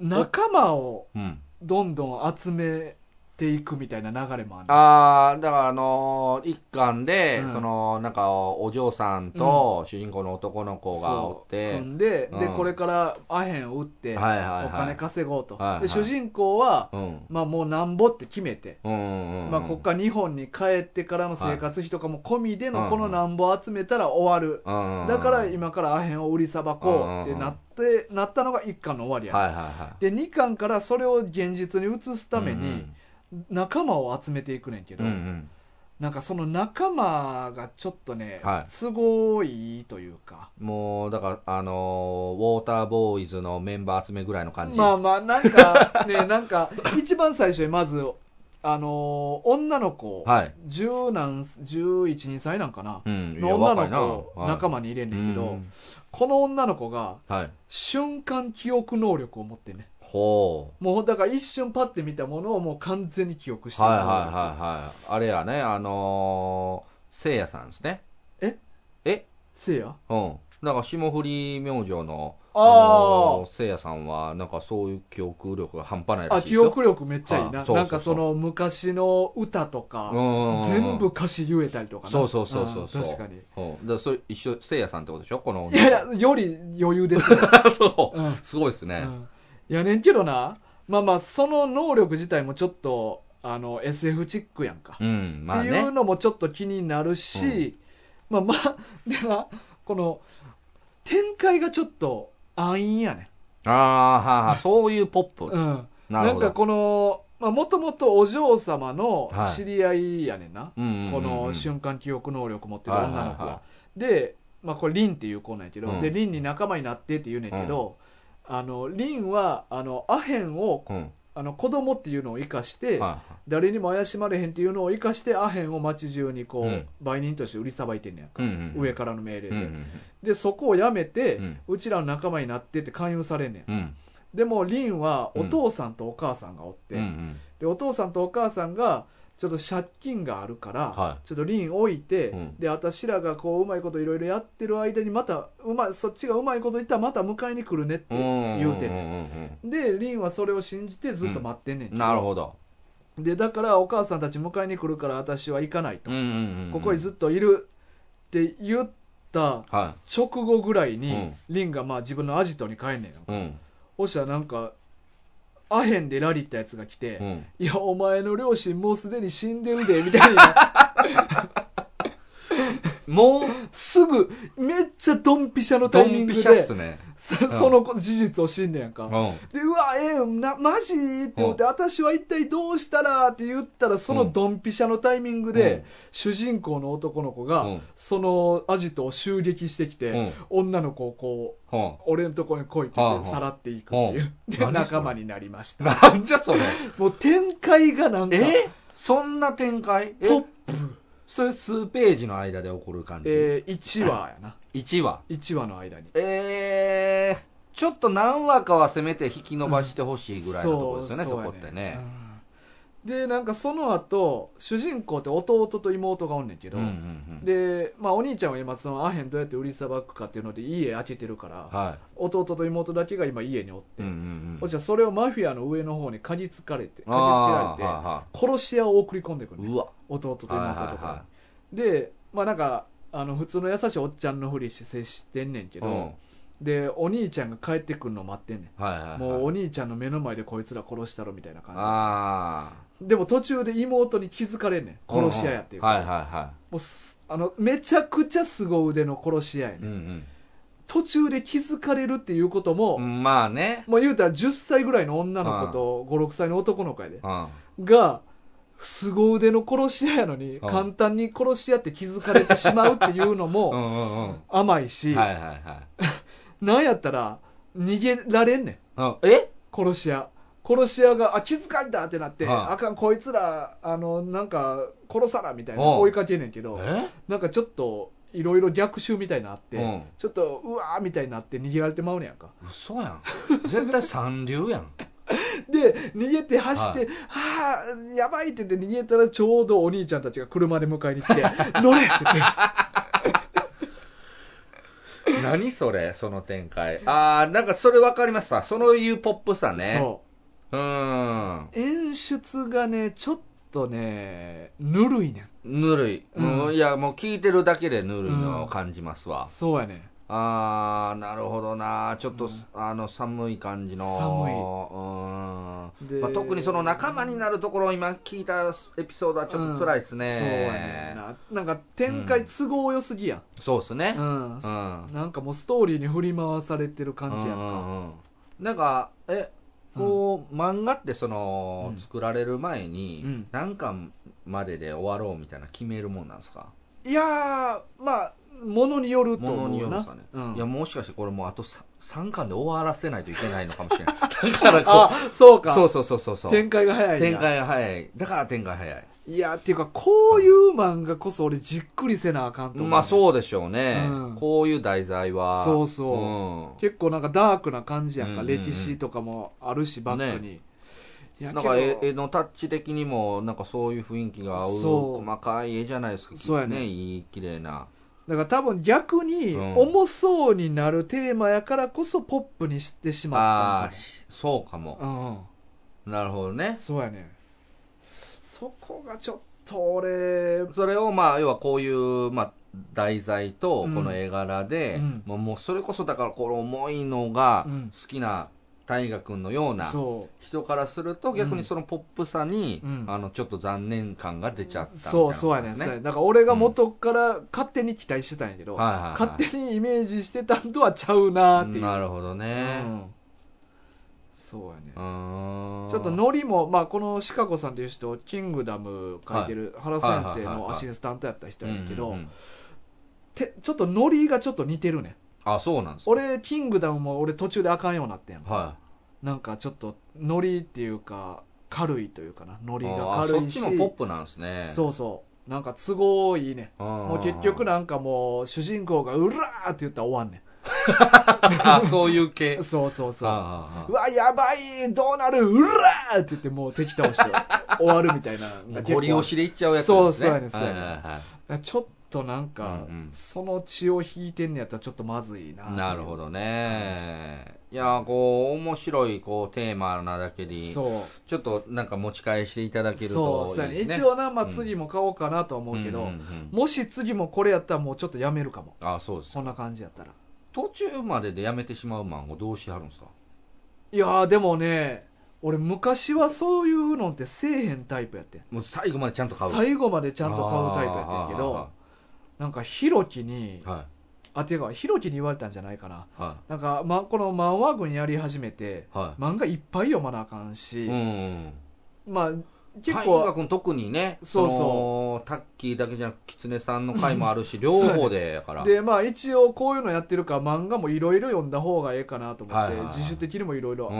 A: 仲間を
B: い。うん。
A: どんどん集めていくみたいな流れもある
B: ああ、だからあのー一巻で、
A: うん
B: その、なんか、お嬢さんと、主人公の男の子がおって、
A: 組んで,、で
B: うん
A: これからアヘンを打って、
B: はいはいはい
A: お金稼ごうと、
B: はいはい
A: で主人公は、
B: うん。
A: まあ、もうなんぼって決めて、
B: うんうんうん。
A: まあ、こっから日本に帰ってからの生活費とかも込みで
B: は
A: の
B: い
A: このなんぼ集めたら終わる、
B: うんうんうん
A: だから今からアヘンを売りさばこうってなって、なったのが1巻の終わりや、
B: はいはいは
A: で2巻からそれを現実に移す
B: い。
A: ため
B: う
A: に
B: ん
A: 仲間を集めていくねんけ
B: う
A: ど、
B: ん、うんうん
A: なんかその仲間がちょっとね、
B: はい
A: すごいというか。
B: もう、だから、あのーウォーターボーイズのメンバー集めぐらいの感じ。
A: まあまあ、なん か、ね、なんか、一番最初にまず、あのー女の子、
B: はい。
A: 十何、十一、二歳なんかな、
B: うん。いや
A: の女
B: 若いな
A: の子を仲
B: 間
A: 間に入れんねんけど、この女の子が、
B: はい。
A: 瞬間記憶能力を持ってんねん。
B: ほ
A: もう、だから一瞬パッて見たものをもう完全に記憶し
B: う。
A: てる。
B: はいはいはいはい。あれやね、あのー、せいやさんですね。
A: え
B: え
A: せや
B: うん。なんか、霜降り明星の、
A: あ
B: の
A: ー
B: せいやさんは、なんかそういう記憶力が半端ないら
A: あ、
B: しい
A: 記
B: ですよ。
A: 憶力めっちゃいいな。
B: はいそうそうそう
A: なんかその昔の歌とか、
B: うん
A: 全部歌詞言えたりとかな
B: そうそうそうそうそ
A: ん
B: う
A: 確かに
B: うん。だからそれ一緒、せいやさんってことでしょこの
A: い
B: 女の子。
A: やいやより余裕です よ、
B: そう。
A: うん
B: すごいですね。
A: うんいやねんけどなまあまあその能力自体もちょっとあの SF チックやんか、
B: うん、まあ
A: っていう
B: ね。
A: のもちょっと気になるし、まあまあ でなこの展開がちょっと安易やね
B: ああ、はいはい。そういうポッ
A: ん、う
B: プ。
A: ん、
B: な
A: な
B: る
A: ん
B: ほ
A: か
B: ど。
A: このもともとお嬢様の
B: はい
A: 知り合いやねんな、
B: こ
A: この
B: 瞬
A: 瞬間記憶能力持ってる女の子は,、
B: はいはいは
A: で、まあ、これリンっていう子なんやけど、
B: うん
A: でリンに仲間になってって言うねんけど、あのリンはあのアヘンを
B: 間。
A: あの子供っていうのを生かして、
B: うん。は
A: 誰にも怪しまれへんっていうのを生かしてアヘンを街中にこう、
B: うん
A: 売人として売りさばいてんねやん
B: い。
A: か、
B: うんうん。
A: 上からの命令で、
B: うんうん
A: でそこをやめて、
B: う
A: うんちらの仲間になってって勧誘されんねん
B: うん。うん
A: でもリンはお父さんとお母さんがおって、
B: うんうん。
A: でお父さんとお母さんがちょっと借金があるから、
B: は
A: ちょっとリン置いて、
B: うん
A: で私らがこううまいこといろいろやってる間にまたうまいそっちがうまいこと言ったらまた迎えに来るねって言うてんねん
B: ね。
A: でリンはそれを信じてずっと待ってんねんけど、
B: なるほど。
A: でだからお母さんたち迎えに来るから私は行かないと、
B: うんうんうん。
A: ここにずっといるって言った
B: と。は
A: 直後ぐらいに、
B: うん
A: リンがまあ自分のアジトに帰んねんよ
B: い。うん。
A: そしたらなんかアヘンでラリったやつが来て、
B: うん。
A: いや、お前の両親もうすでに死んでるで、みたい な。
B: もう、
A: すぐ、めっちゃドンピシャのタ
B: ド
A: イミン
B: ン
A: グ
B: ピ
A: で、
B: シャっすね。
A: そ
B: ん
A: その事実を知んねやん
B: う
A: か。
B: ん。
A: で、うわ、ええな、マジって思って、私は一体どうしたらって言ったら、そのドンピシャのタイミングで、
B: うん
A: 主人公の男の子が、
B: うん
A: そのアジトを襲撃してきて、
B: うん
A: 女の子をこう、
B: うん。
A: 俺のところに来いって言って、
B: はあはあ
A: さらっていくっていう。
B: は
A: で、
B: あ
A: 仲間になりました。
B: なんじゃそれ。
A: もう展開がなんか、
B: えそんな展開え
A: ポップ
B: それ数ページの間で起こる感じ。
A: えー、1話やな。
B: 1話。
A: 1話の間に。
B: えー、ちょっと何話かはせめて引き伸ばしてほしいぐらいのところですよね、そ
A: や
B: こってね。
A: うんでなんかその後主人公って弟と妹がおんねんけ
B: う
A: ど、
B: んうんうん。
A: で、まあ、お兄ちゃんは今そのアヘンどうやって売りさばくかっていうので家開けてるから、
B: は
A: 弟と妹だけが今家におって、
B: い。うんうんう
A: そ
B: ん。
A: したらそれをマフィアの上の方に嗅ぎつかれて
B: あ
A: 嗅
B: ー
A: ぎつけられて
B: は
A: 殺し屋を送り込んでくる、
B: いはい
A: ね、
B: うわ。
A: 弟と妹と
B: はい
A: か、
B: はいは
A: でまあなんかあの普通の優しいおっちゃんのふりして接してんねんけ
B: い。うん。は
A: ど、でお兄ちゃんが帰ってくるの待ってんねん
B: いはいはい。
A: もうお兄ちゃんの目の前でこいつら殺したろみたいな感
B: あ
A: じでも途中で妹に気づかれんねん
B: あ。
A: 殺し屋やっていう,、
B: はいはいは
A: もうすあのめちゃくちゃ凄腕の殺し屋やね、
B: い。うんん
A: 途中で気づかれるっていうことも、
B: うん。まあね。
A: もう言うたら10歳ぐらいの女の子と56歳の男の子やで
B: うん。
A: が凄腕の殺し屋やのに、
B: うん
A: 簡単に殺し屋って気づかれてしまうっていうの
B: う
A: も
B: んうんうん。
A: 甘いし、
B: はいはいはい。
A: なんやったら逃げられんねん
B: あえ
A: 殺し屋殺し屋があ気づかれたってなって、
B: はい
A: あかんこいつらあのなんか殺さなみたいな
B: うん
A: 追いかけんねんけど
B: え
A: なんかちょっといろいろ逆襲みたいなあって、
B: うん
A: ちょっとうわーみたいになって逃げられてまうねやんか
B: 嘘やん。絶対三流やん。
A: で逃げて走って「はあ、やばい」って言って逃げたらちょうどお兄ちゃんたちが車で迎えに来 て「乗れ!」って言って
B: 何それその展開。ああ、なんかそれわかりますわ。そういうポップさね。。
A: そう
B: うん。
A: う演出がねちょっとねぬるいねん
B: ぬるい。
A: うん
B: うん、いや、もう聞いてるだけでぬるいのを感じますわ。
A: そうやねん
B: ああ、なるほどな。ちょっと、あの、寒い感じの。寒い。う
A: で
B: ん。まあ、特にその仲間になるところを今聞いたエピソードはちょっと辛いです
A: そうやねん
B: ね。
A: ななんか展開都合良すぎやん、
B: そうですね
A: う。ん
B: うん。うん
A: なんかもうストーリーに振り回されてる
B: う
A: 感じやんか、
B: んうんなんか、え、こう、漫画ってその
A: う、ん
B: 作られる前
A: う
B: に
A: ん、
B: 何巻までで終わろうみたいな決めるもんなんですか
A: いやーまあものによると
B: もの
A: 思
B: によ
A: う
B: る
A: な
B: んですかね、
A: うん
B: いやもしかしてこれもうあと 3, 三巻で終わらせないといけないのかもしれない だからこ
A: あそう
B: う
A: か
B: そうそうそうそうそう
A: 展開が早いんや
B: 展開が早いだから展開早い
A: いやっていうかこういう漫画こそ俺じっくりせなあかんと思う、
B: まあそうでしょうね、
A: うん
B: こういう題材は
A: そうそう
B: う、
A: 結構なんかダークな感じやんか、
B: うんうんうん
A: 歴史とかもあるしバックに、いや
B: ん、なんか
A: け
B: 絵
A: ど
B: 絵のタッチ的にもなんかそういう雰囲気が合う
A: そう
B: 細かい絵じゃないですか
A: そうやね
B: いい綺麗な
A: だから多分逆に
B: うん
A: 重そうになるテーマやからこそポップにしてしま
B: あ
A: っ
B: あしそうかも
A: たんかもうんうん
B: なるほどね
A: そうやねそこがちょっと俺
B: それをまあ要はこういう、まあ、題材とこ
A: うん
B: の絵柄で、
A: うん
B: もうもうそれこそだからこの重いのが
A: うん
B: 好きな大河君のような
A: そ
B: 人からすると逆にそのポップさに、
A: うん
B: あのちょっと残念感が出ちゃっ
A: う
B: たみたいな
A: そ
B: こ
A: う
B: と
A: そうやね
B: で
A: んそ
B: す
A: うやねんだから俺が元から勝手に期待してたんやけど、
B: はいはいはい
A: 勝手にイメージしてたんとはちゃうなーっていう
B: なるほどね
A: う、んそうやね
B: うーん
A: ちょっとノリも、まあ、このシカゴさんという人「キングダム」書いてる原先生のアシスタントやった人やねんけ
B: うん
A: ど
B: うんうん
A: てちょっとノリがちょっと似てるねん
B: あそうなんですか
A: 俺「キングダム」も俺途中であかんようになってんやんか
B: は
A: なんかちょっとノリっていうか軽いというかなノ
B: い
A: リが
B: あー
A: 軽
B: そ
A: い
B: っ
A: し
B: ちもポップなんですね
A: そうそうなんか都合いいね
B: も
A: もう結局なんかもう主人公が「うらー!」って言ったら終わんね
B: あそういう系
A: ん そうそうそう
B: あ
A: うわ、やばい、どうなる、うらーって言って、もう敵倒して 終わるみたいなのが
B: ー
A: 結構。
B: ゴリ押しでいっちゃうやつなんです
A: そ
B: ね
A: うそうやねそうやね
B: はいはいはい
A: ちょっとなんか、
B: うんうん
A: その血を引いてんのやったらちょっとまずいな。
B: なるほ。どね。いや、こう、面白い、こう、テーマなだけに、ちょ
A: そ
B: っとなんか持ち返していただ
A: う。
B: ける
A: そ
B: と
A: う、そう
B: い
A: や
B: い
A: ね。
B: ですね。
A: 一応な、まあ次も買おうかなとは思うけど、
B: んんん
A: もし次もこれやったらもうちょっとやめるかも。
B: あ、そうです。
A: そんな感じやったら。
B: 途中まででやめてしまうマンをどうしはるんですか
A: いやー、でもね、俺昔はそういうのってせえへんタイプやってん。
B: もう最後までちゃんと買う。
A: 最後までちゃんと買うタイプやってんけど、なんかヒロキに
B: あー、は
A: あ、ていうかヒロキに言われたんじゃないかな。
B: い。は
A: なんか、ま、この漫画群やり始めて
B: い。は
A: 漫画いっぱい読まなあかん
B: い。
A: し、
B: うん。
A: まあ結
B: 結
A: 構
B: 構。君特にね、
A: そうそう
B: のタッキーだけじゃなく、キツネさんの回も あるし、両方で、やから。
A: でまあ一応こういうのやってるから漫画もいろいろ読んだ方がええかなと思って、
B: はいはいはい
A: 自主的にもいろいろ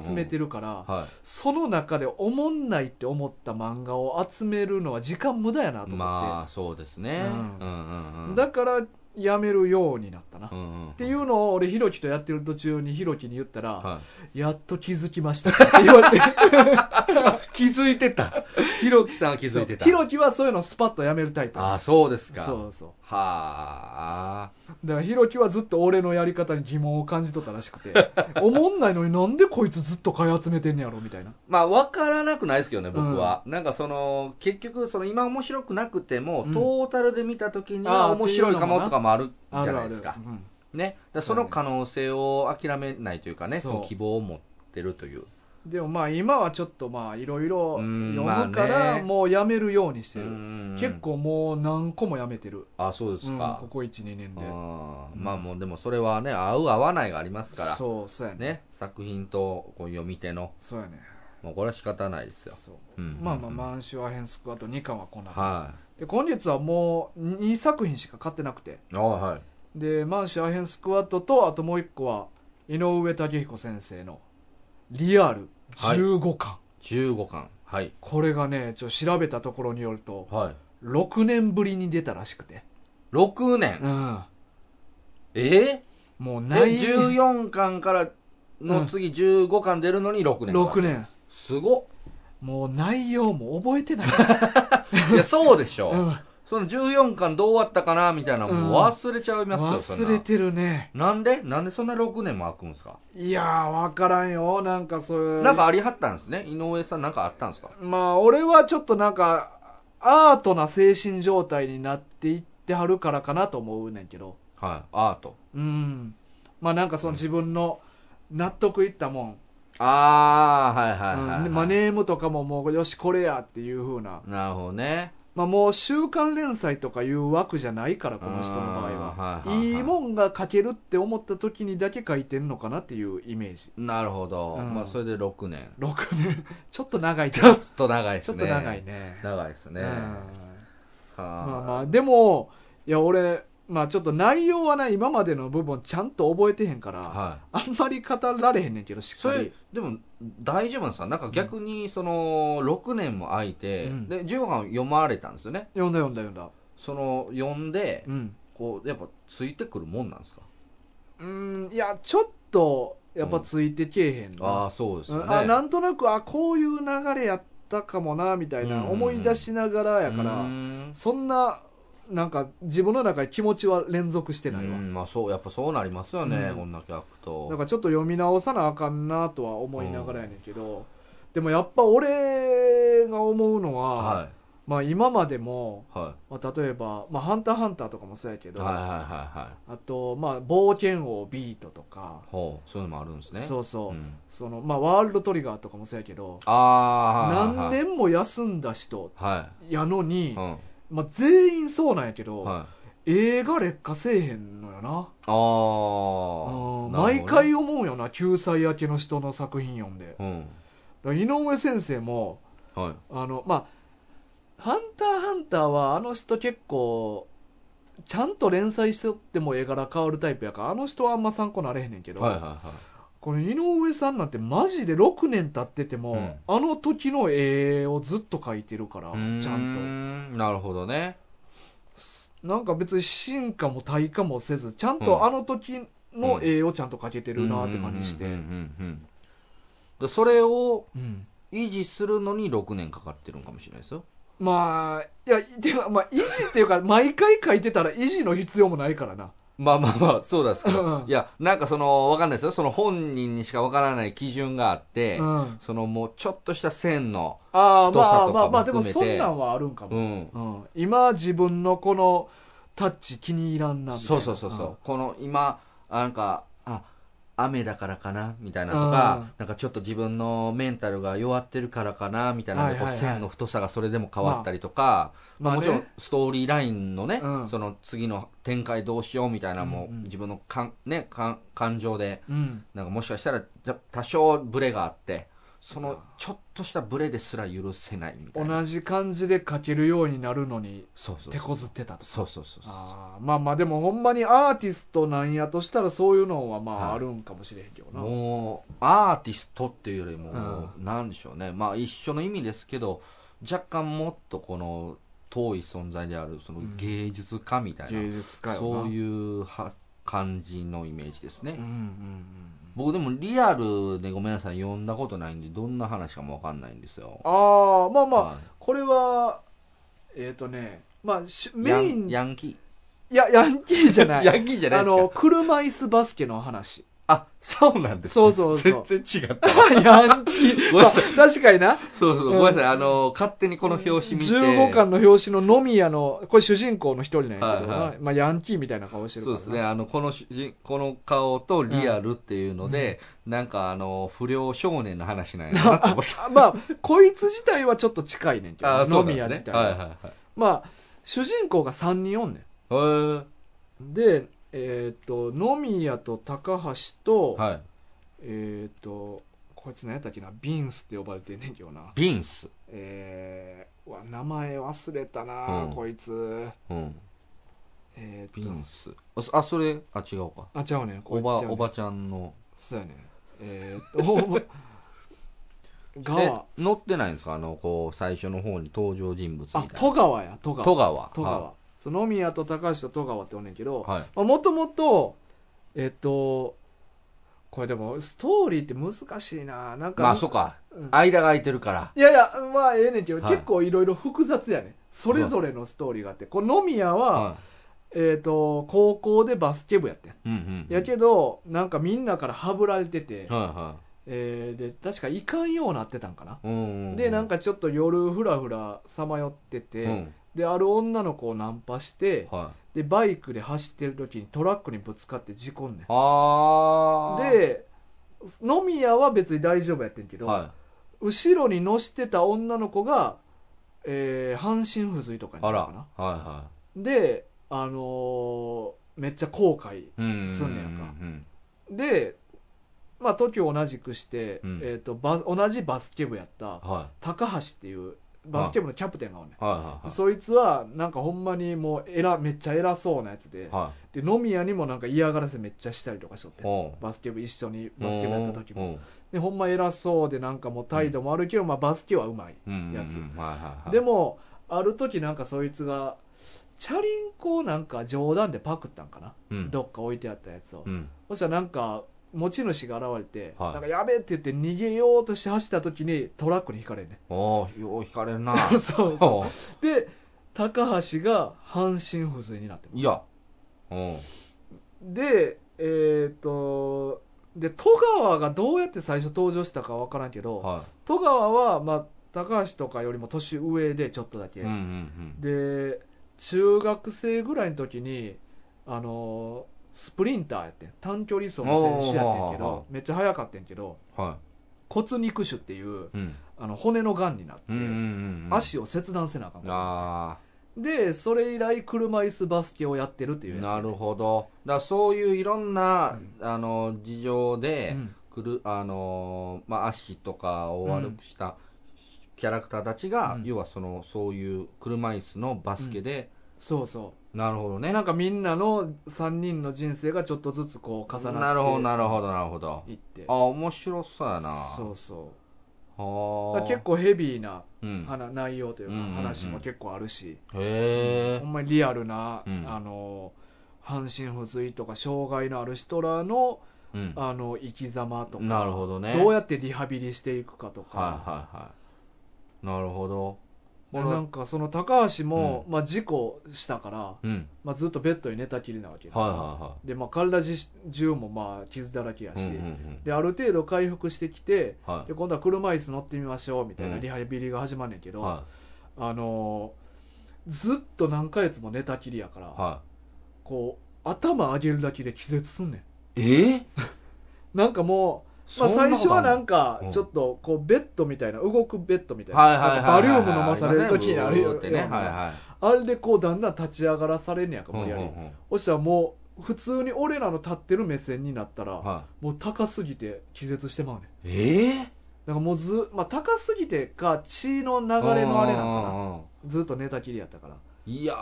A: 集めてるから、
B: は
A: その中でおもんないって思った漫画を集めるのは時間無駄やなと思
B: い。
A: って、
B: まあ、そうですね。
A: うん
B: うんうんうん。
A: だからやめるようになったな、
B: う
A: っ
B: んうん。って
A: いうのを俺ひろきとやってる途中にひろきに言ったら、
B: は
A: やっと気づきましたって言われて
B: い、気づいてた。ひろきさん は気づいてた。
A: ひろきはそういうのスパッとやめるタイプ
B: ああ、そうですか。
A: そうそう
B: はあ。
A: だからひろきはずっと俺のやり方に疑問を感じとったらしく ておもんないのになんでこいつずっと買い集めてんねやろみたいな
B: まあ、わからなくないですけどね、僕は。なんかその、結局、その今面白くなくても、
A: うん
B: トータルで見た時に
A: あ
B: は
A: あ
B: 面白い
A: っていう
B: かも
A: のもな
B: とかもあるじ
A: あ
B: ゃ
A: る
B: な
A: あ
B: いで
A: る
B: すか。
A: うん
B: ね。だからそ
A: そうや
B: の
A: ね
B: 可能性を諦めないというかね、
A: そう
B: その希望を持ってるという。
A: でもまあ今はちょっとまあいろいろ
B: う
A: 読
B: ん
A: むか
B: まあね
A: らもうやめるようにして
B: う
A: る
B: ん
A: 結。構もう何個もやめてる
B: ああ、そうです
A: うん
B: か
A: こ。こ12年
B: う
A: で
B: ん
A: うん
B: まあもうでもそれはね、合う合わないがありますから。
A: そうそうやね
B: ね。作品と、こう読み手の。
A: そうやね
B: もうこれは仕方ないですよ。
A: そう
B: うん
A: まあまあ、
B: あ。
A: 満州アヘンスクワット2巻はこんな感じ
B: は
A: で今月はもう2作品しか買ってなくて
B: い。あはい。
A: で満州アヘンスクワットとあともう1個は井上武彦先生の「リアル15巻」
B: 15巻。はい。
A: これがねちょっと調べたところによると
B: はい。
A: 6年ぶりに出たらしくて
B: 6年。
A: うん
B: え
A: もう
B: え
A: ない
B: ?14 巻から
A: うん
B: の次15巻出るのに6年。
A: 6。年
B: すご
A: もう内容も覚えて ない、
B: っ。いや、そうでしょ。
A: うん、
B: その14巻どう終わったかなみたいなの
A: うん
B: もう忘れちゃいますよ、そんな
A: 忘れてるね
B: なんでなんでそんな6年も空くんですか
A: いやーわからんよなんかそういう
B: なんかありはったんですね。井上さんなんかあったんですか
A: まあ俺はちょっとなんかアートな精神状態になっていってはるからかなと思うねんけど
B: はい。アート。
A: うんまあなんかその自分の納得いったもん、
B: あー、はいはいはい、はい
A: うんまあネームとかももうよしこれやっていう風な
B: なるほどね。
A: まあもう週刊連載とかいう枠じゃないからこの人の場合は
B: あーはいはいはい
A: いいもんが書けるって思った時にだけ書いてんのかなっていうイメージ
B: なるほど。
A: うん
B: まあ、それで6年。
A: 6年ちょっと長いけ
B: ち
A: ど
B: ょっと長いで
A: ち
B: す
A: ょっ
B: ね。
A: と長い。ね
B: 長いですね。
A: うん
B: はあ
A: まあまあでもいや俺まあちょっと内容はな今までの部分ちゃんと覚えてへんから、
B: は
A: あ
B: い。
A: んまり語られへんねんけどしっ
B: そ
A: か
B: れ
A: り、
B: でも、大丈夫なんですかなんか逆に、その、6年も空いて、
A: うん
B: で、15巻読まれたんですよね。
A: 読んだ読んだ読んだ
B: その、読んで、
A: うん
B: こう、やっぱ、ついてくるもんなんですか
A: うんいやちょっとやっぱついてけえへんな、
B: ああ、そうです
A: う
B: よね。
A: んあなんとなくあこういう流れやったかもなみたい
B: うんう
A: なん
B: うん
A: 思い出しながらやから、
B: うーん
A: そんななんか自分の中で気持ちは連続してないわ、
B: うんまあそうやっぱそうなりますよね、
A: うん
B: こんだけ開くと
A: なんかちょっと読み直さなあかんなとは思いながらやねんけど、でもやっぱ俺が思うのは、
B: は
A: まあ今までも、
B: いは
A: まあ、例えば「まあ、ハンターハンター」とかもそうやけ
B: い
A: ど、
B: はいはいはいはい
A: あと「まあ、冒険王ビート」とか、
B: ほうそういうのもあるんですね
A: そうそう、
B: ん
A: そのまあ、ワールドトリガーとかもそうやけど、
B: ああ
A: 何年も休んだ人
B: は
A: やのに
B: い、はい、
A: まあ、全員そうなんやけ
B: う
A: ど、
B: んはい、
A: 映画劣化せえへんのよな
B: あー
A: うん
B: なる
A: 毎
B: ほどね
A: 回思うよな救済明けの人の作品読んで
B: うん
A: だから井上先生も
B: はい
A: あのまあ「ハンターハンター」はあの人結構ちゃんと連載してっても絵柄変わるタイプやからあの人はあんま参考なれへんねんけど、
B: はいはいは
A: この井上さんなんてマジで6年経ってても、
B: うん
A: あの時の絵をずっと描いてるから
B: いうん
A: ちゃん
B: なるほどね
A: となんか別に進化も退化もせずちゃん
B: うん
A: とあの時の絵をちゃんと描けてるなって感じして
B: うんうんうんうんでそれを
A: うん
B: 維持するのに6年かかってるんかもしれないですよ
A: まあいやてかまあ維持っていうか毎回描いてたら維持の必要もないからな
B: まあまあまあ、そうなんですけ
A: う
B: ど
A: ん。
B: いや、なんかその、わかんないですよ。その本人にしかわからない基準があって、
A: うん
B: そのもうちょっとした線の、
A: ああ
B: 太さ
A: まあま
B: とか
A: あ
B: も
A: まあでも
B: 含
A: そ
B: め
A: ん
B: て
A: なんはあるんか
B: う
A: も、
B: ん。
A: うん今自分のこのタッチ気に入らんなみたいな
B: そうそうそうそう。この今、なんか、あ、雨だからかなみたいなとか、なんかちょっと自分のメンタルが弱ってるからかなみたいなので、
A: はいはいはい
B: こう線の太さがそれでも変わったりとか、
A: うんまあね
B: もちろんストーリーラインのね、
A: うん
B: その次の展開どうしようみたいなのも、
A: うんうん
B: 自分のかん、ね、かん感情で
A: うん
B: なんかもしかしたらじゃ多少ブレがあってそのちょっとしたブレですら許せないみたいな
A: 同じ感じで描けるようになるのに
B: そうそう
A: 手
B: そう
A: こずってたと
B: そうそうそうそう
A: あーまあまあでもほんまにアーティストなんやとしたらそういうのはま
B: は
A: あ
B: い
A: あるんかもしれへんけどな、
B: もうアーティストっていうよりも、
A: う
B: なんでしょうねまあ一緒の意味ですけど若干もっとこの遠い存在であるその
A: うん
B: 芸術家みたいな、
A: 芸術家よな
B: そう
A: う、
B: いうは感じのイメージですね、
A: んうんうん、
B: 僕でもリアルでごめんなさい読んだことないんでどんな話かもわかんないんですよ
A: ああまあまあ、
B: はい
A: これはえっ、とねまあしメインい
B: ヤンヤンキ
A: やヤンキーじゃな
B: ー
A: い
B: ヤンキーじゃない
A: あ
B: ですか
A: の車椅子バスケの話
B: あ、そうなんです、ね。
A: そうそうそう
B: 全然 違った。
A: ヤンキー。
B: ごめんなさい
A: まあ確かにな。
B: そうそう、ごめんなさい。あの、勝手にこの表紙見て。
A: 15巻の表紙のノミヤの、これ主人公の一人なんやけどな、
B: はいはい
A: まあヤンキーみたいな顔してるか
B: そう
A: らな
B: ですね。。あの、この主人、この顔とリアルっていうので、なんかあの、不良少年の話なんやなって思っ
A: あまあ、こいつ自体はちょっと近いねんけど、
B: た。あ、そ
A: ノ
B: うなん
A: ミ
B: で
A: ヤ
B: す
A: 自
B: ね。
A: 体
B: はい
A: は
B: はいはい。
A: まあ、主人公が3人おんね
B: へー
A: ん。で、えーっと、ノミヤと高橋と、
B: はい。
A: えーっと、こいつ何やったっけなビンスって呼ばれてんねんけどな
B: ビンス。
A: えー、うわ名前忘れたな、
B: うん
A: こいつ
B: うん。
A: え
B: ビ
A: ー、っと
B: ンス。あそあ、それ、あ、違うか。
A: あちゃうねんこ
B: お
A: いつちゃ
B: ば、
A: うねん
B: おばちゃんの。
A: そうやねんえー、っとお ガ
B: え
A: ワ、
B: 乗ってないんですかあの、こう、最初の方に登場人物みたい
A: あ
B: な。
A: 戸川や戸川
B: 戸川。
A: 戸川そう野宮と高橋と戸川っておんねんけど
B: はい。はい。
A: もともとえっとこれでもストーリーって難しいななんか、
B: まあ、そっか
A: うん。
B: 間が空いてるから。
A: いやいやまあええねんけど、
B: はい
A: 結構いろいろ複雑やねんそれぞれのストーリーがあってこの野宮は、
B: は
A: えっと高校でバスケ部やってん
B: い。うんうん。
A: やけどなんかみんなからはぶられてて、
B: はいは
A: えーで確か行かんようなってたんかな、
B: い。うんうん。
A: でなん
B: か、
A: かちょっと夜ふらふらさまよってて、
B: うん。
A: である女の子をナンパして、
B: はい。
A: でバイクで走ってる時にトラックにぶつかって事故んねん
B: あー。、
A: で飲み屋は別に大丈夫やってんけど、
B: は
A: 後ろに乗してた女の子が、えー半身不随とか
B: い。
A: にな
B: あ
A: る
B: ら。
A: の
B: は
A: かない
B: は
A: であのーめっちゃ後悔
B: い。うん。
A: すんねやんか
B: うん。
A: でまあ時を同じくして、
B: うん
A: えー、とバ同じバスケ部やった
B: はい。
A: 高橋っていうバスケ部のキャプテンがおんねん
B: はいはいはい。
A: そいつはなんかほんまにもう偉めっちゃ偉そうなやつで,、
B: は
A: で飲み屋にもなんか嫌がらせめっちゃしたりとかしとっ
B: い。
A: て
B: おう
A: バスケ部一緒にバスケ部やった時も
B: おう
A: でほんま偉そうでなんかもう態度もあるけど、まあ、バスケはうまい、
B: うん。
A: やつ
B: うんうんはいはいはい。
A: で、もある時なんかそいつがチャリンコをなんか冗談でパクったんかな、
B: うん。
A: どっか置いてあったやつを、
B: うん。
A: そしたらなんか持ち主が現れて、
B: はい
A: なんかやべえって言って逃げようとして走った時にトラックにひかれんね
B: おーよう引かれる な。
A: そうそう
B: おう
A: で高橋が半身不随になってます
B: いや。おう
A: でえっ、とで戸川がどうやって最初登場したかわからんけど
B: は
A: 戸川は、まあ、高橋とかよりも年上でちょっとだ
B: い。
A: け、
B: うんうん
A: で中学生ぐらいの時にあのースプリンターやってん短距離走の選手やってんけ
B: おー
A: どめっちゃ速かったんけど
B: うん。は
A: 骨肉腫っていう
B: い。うん。
A: あの骨のがんになって、
B: うんうんうんうん。
A: 足を切断せなあかんか
B: あ
A: ったでそれ以来車椅子バスケをやってるっていう
B: ー
A: やつ
B: なるほどだからそういういろんな、あの事情で、
A: うん
B: くるあのまあ、足とかを悪くしたキャラクターたちが、
A: うん
B: 要はそのそういう車椅子のバスケで、
A: そうそう
B: なるほどね
A: なんかみんなの3人の人生がちょっとずつこう重なって
B: なるほどなるほどなるほど
A: いって
B: あ面白そうやな
A: そうそうだ
B: は
A: か
B: あ
A: ら結構ヘビーな
B: うん、へ
A: 話、内容というか
B: うんうんうん
A: 話も結構あるし、
B: え
A: ほんまにリアルな、
B: うん
A: あの半身不随とか障害のある人らの
B: うん
A: あの生き様とか
B: なるほどね
A: どうやってリハビリしていくかとか、
B: はいはいはいなるほど
A: でなんかその高橋も、まあ、事故したから、
B: うん
A: まあ、ずっとベッドに寝たきりなわけ、
B: はいは
A: で、まあ、体じ中もまあ傷だらけやし、
B: いはいうんうんうん
A: である程度回復してきて
B: は
A: で今度は車椅子乗ってみましょうみたいな
B: うん
A: リハビリが始まんねんけ
B: い
A: ど、
B: は
A: あのーずっと何ヶ月も寝たきりやから、
B: いは
A: こう頭上げるだけで気絶すんね
B: いえー
A: んなんかもう、
B: そ
A: まあ、
B: んなことあ
A: 最
B: る
A: 初はなんか
B: うん
A: ちょっとこうベッドみたいな動くベッドみたいな,、
B: はいはいはいは
A: バ
B: い、
A: リウム飲まされる時にある
B: ブー
A: よ
B: ってね、はい
A: ような
B: は
A: あれでこうだんだん立ち上がらされんねやんか
B: い。
A: 無理やり、
B: うんうんうん
A: そしたらもう普通に俺らの立ってる目線になったら、
B: は
A: もう高すぎて気絶してまうねん
B: い、え
A: なんかもうず、まあ、高すぎてか血の流
B: え
A: れのあれなんかな
B: か
A: ずっと寝たきりやったから
B: な。いや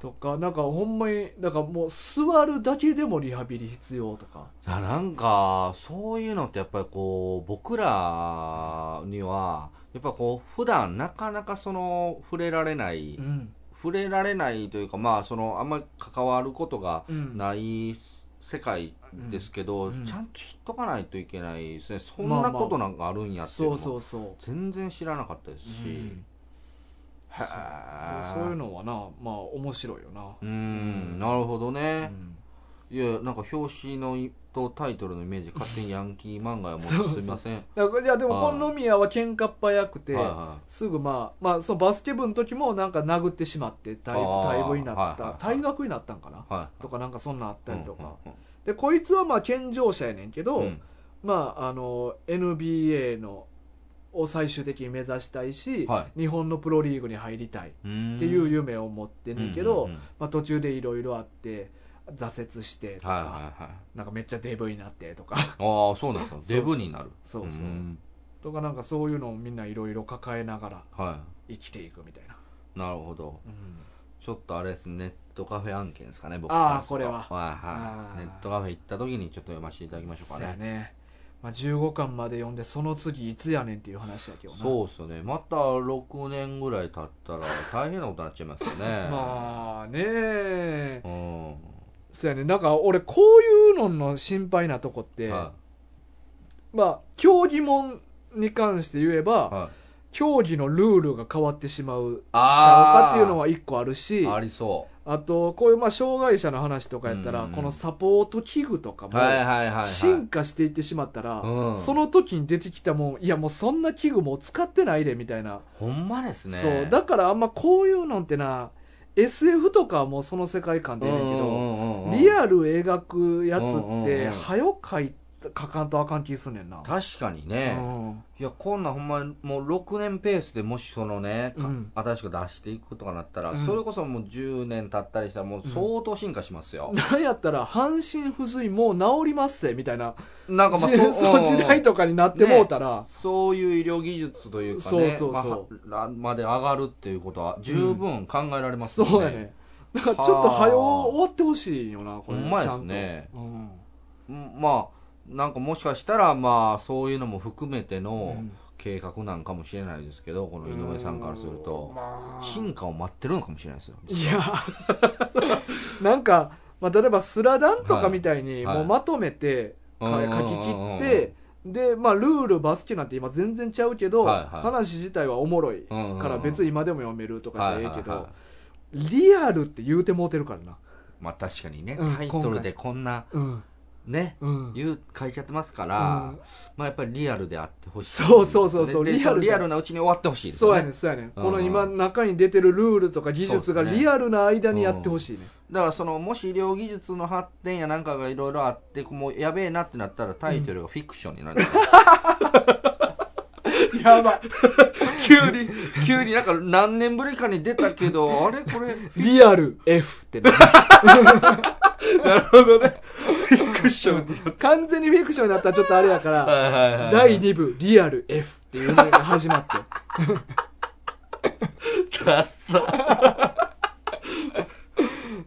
A: とかなんかほんまになんかもう座るだけでもリハビリ必要とか
B: ー、なんか、そういうのってやっぱりこう、僕らには、やっぱこう、普段なかなかその、触れられない、
A: うん
B: 触れられないというか、まあ、その、あんまり関わることが
A: うん
B: ない世界ですけど、
A: うんうん
B: ちゃんと知っとかないといけないですね。そん
A: まあま
B: な
A: あ
B: ことなんかあるんやっていう
A: そ
B: の
A: う
B: も
A: そうそう
B: 全然知らなかったですし、
A: うん
B: へー
A: そういうのはなまあ面白いよな
B: うーんなるほど
A: う
B: ね、
A: ん
B: いやなんか表紙のいとタイトルのイメージ勝手にヤンキー漫画やもんす
A: そうそう
B: みません
A: だからいやでも
B: はい
A: この飲み屋は喧嘩っ早くて
B: はいは
A: すぐまあまあそのバスケ部の時もなんか殴ってしまって退
B: あー
A: 退部になっ
B: はい
A: た
B: はいはい
A: 退学になったんかない
B: は
A: とかなんかそんなんあっ
B: い
A: たりとか
B: うん
A: でこいつはまあ健常者やねんけど、
B: うんうん
A: まあ、あの NBA のを最終的に目指したいし、
B: は
A: 日本のプロリーグに入りたいっ
B: うーん
A: ていう夢を持ってんねんけど、
B: うんうんうん
A: まあ、途中でいろいろあって挫折してとか、
B: はいはいはい。
A: なんかめっちゃデブになってとか
B: ああ、そうなんですか。デブになる。
A: そうそう、
B: ん
A: とかなんかそういうのをみんないろいろ抱えながら
B: は
A: 生きていくみたいな、
B: い。なるほど。
A: うん
B: ちょっとあれですね、ネットカフェ案件ですかね、僕
A: あー
B: からすると
A: これは
B: はい
A: あー
B: はい。ネットカフェ行った時にちょっと読ませていただきましょうか
A: そうや
B: ね。
A: ね、まあ、15巻まで読んでその次いつやねんっていう話やけどな
B: そうっすよね。また6年ぐらい経ったら 大変なことになっちゃいますよね。
A: まあねえ
B: うん。
A: そうやねなんか俺こういうのの心配なとこって、
B: は
A: まあ競技もんに関して言えば、
B: い。はい。
A: 競技のルールが変わってしまうちゃうか
B: あ
A: っていうのは一個あるし
B: あ
A: あ
B: りそ
A: とこういうまあ障害者の話とかやったら、
B: うん
A: このサポート器具とか
B: う。はいはい
A: も
B: はいはい。
A: 進化していってしまったら、
B: うん
A: その時に出てきたもんいやもうそんな器具もう使ってないでみたいな、
B: ほんまですね。
A: そうだからあんまこういうのってな SF とかはもうその世界観でいいねんけど、リ
B: ル
A: アル描くやつ
B: うんうん
A: っ
B: う
A: て
B: ん
A: 早よ書いた書かんとあかん気すんねんな、
B: 確かに
A: う
B: ね。
A: ん、
B: いや、こんなんほんまにもう6年ペースでもしそのね、か
A: うん
B: 新しく出していくとかなったら、
A: うん
B: それこそもう10年経ったりしたらもう相当進化しますよ。
A: なんやったら半身不随もう治りますぜみたいな
B: なんかまあ
A: 戦 争時代
B: と
A: とかになってもうたら、
B: そういう医療技術というか
A: そう
B: ね、
A: そう
B: まあ
A: そ
B: はらまで上がるっていうことは十分考えられますよ
A: そうやねなんかちょっと早う終わってほしいよなこれ
B: ほんま
A: ち
B: で
A: ゃ
B: す
A: んと、
B: ね
A: うん
B: うんまあ、なんかもしかしたらまあそういうのも含めての
A: うん
B: 計画なんかもしれないですけど、この井上さんからする
A: う
B: と
A: ん、まあ
B: 進化を待ってるのかもしれないですよ。
A: いや なんか、まあ、例えば「スラダン」とかみたいに
B: はい
A: もうまとめて、
B: はい
A: か書き
B: うんうんう
A: 切っ
B: んうん
A: てで、まあ、ルールバスケなんて今全然ちゃうけど、
B: はいはい
A: 話自体はおもろい
B: うんうんうん
A: から別に今でも読めるとかでええけど、
B: はいはいはい
A: リアルって言うてもうてるからな
B: まあ確かにね、
A: うん
B: タイトルでこんな
A: うん
B: ね、
A: うん
B: 言う書いちゃってますか
A: う
B: ら、
A: ん
B: まあやっぱりリアルであってほしい、
A: そうそうそうそう
B: でで
A: リ
B: リ
A: ア
B: ア
A: ル
B: ル
A: で
B: リアルなうちに終わってほしいです
A: そう
B: よね
A: やねんそうやねん、
B: うん
A: この今中に出てるルールとか技術が
B: そうですね
A: リアルな間にやってほしいね
B: だからそのもし医療技術の発展やなんかがいろいろあってもうやべえなってなったらタイトルがフィクションになる、
A: やば
B: 急に急になんか何年ぶりかに出た けどあれこれ
A: リアル F ってな
B: なるほどねフィクションに
A: 完全にフィクションになったらちょっとあれやから
B: はいはいはい
A: 第2部リアル F っていうのが始まって
B: ダッサ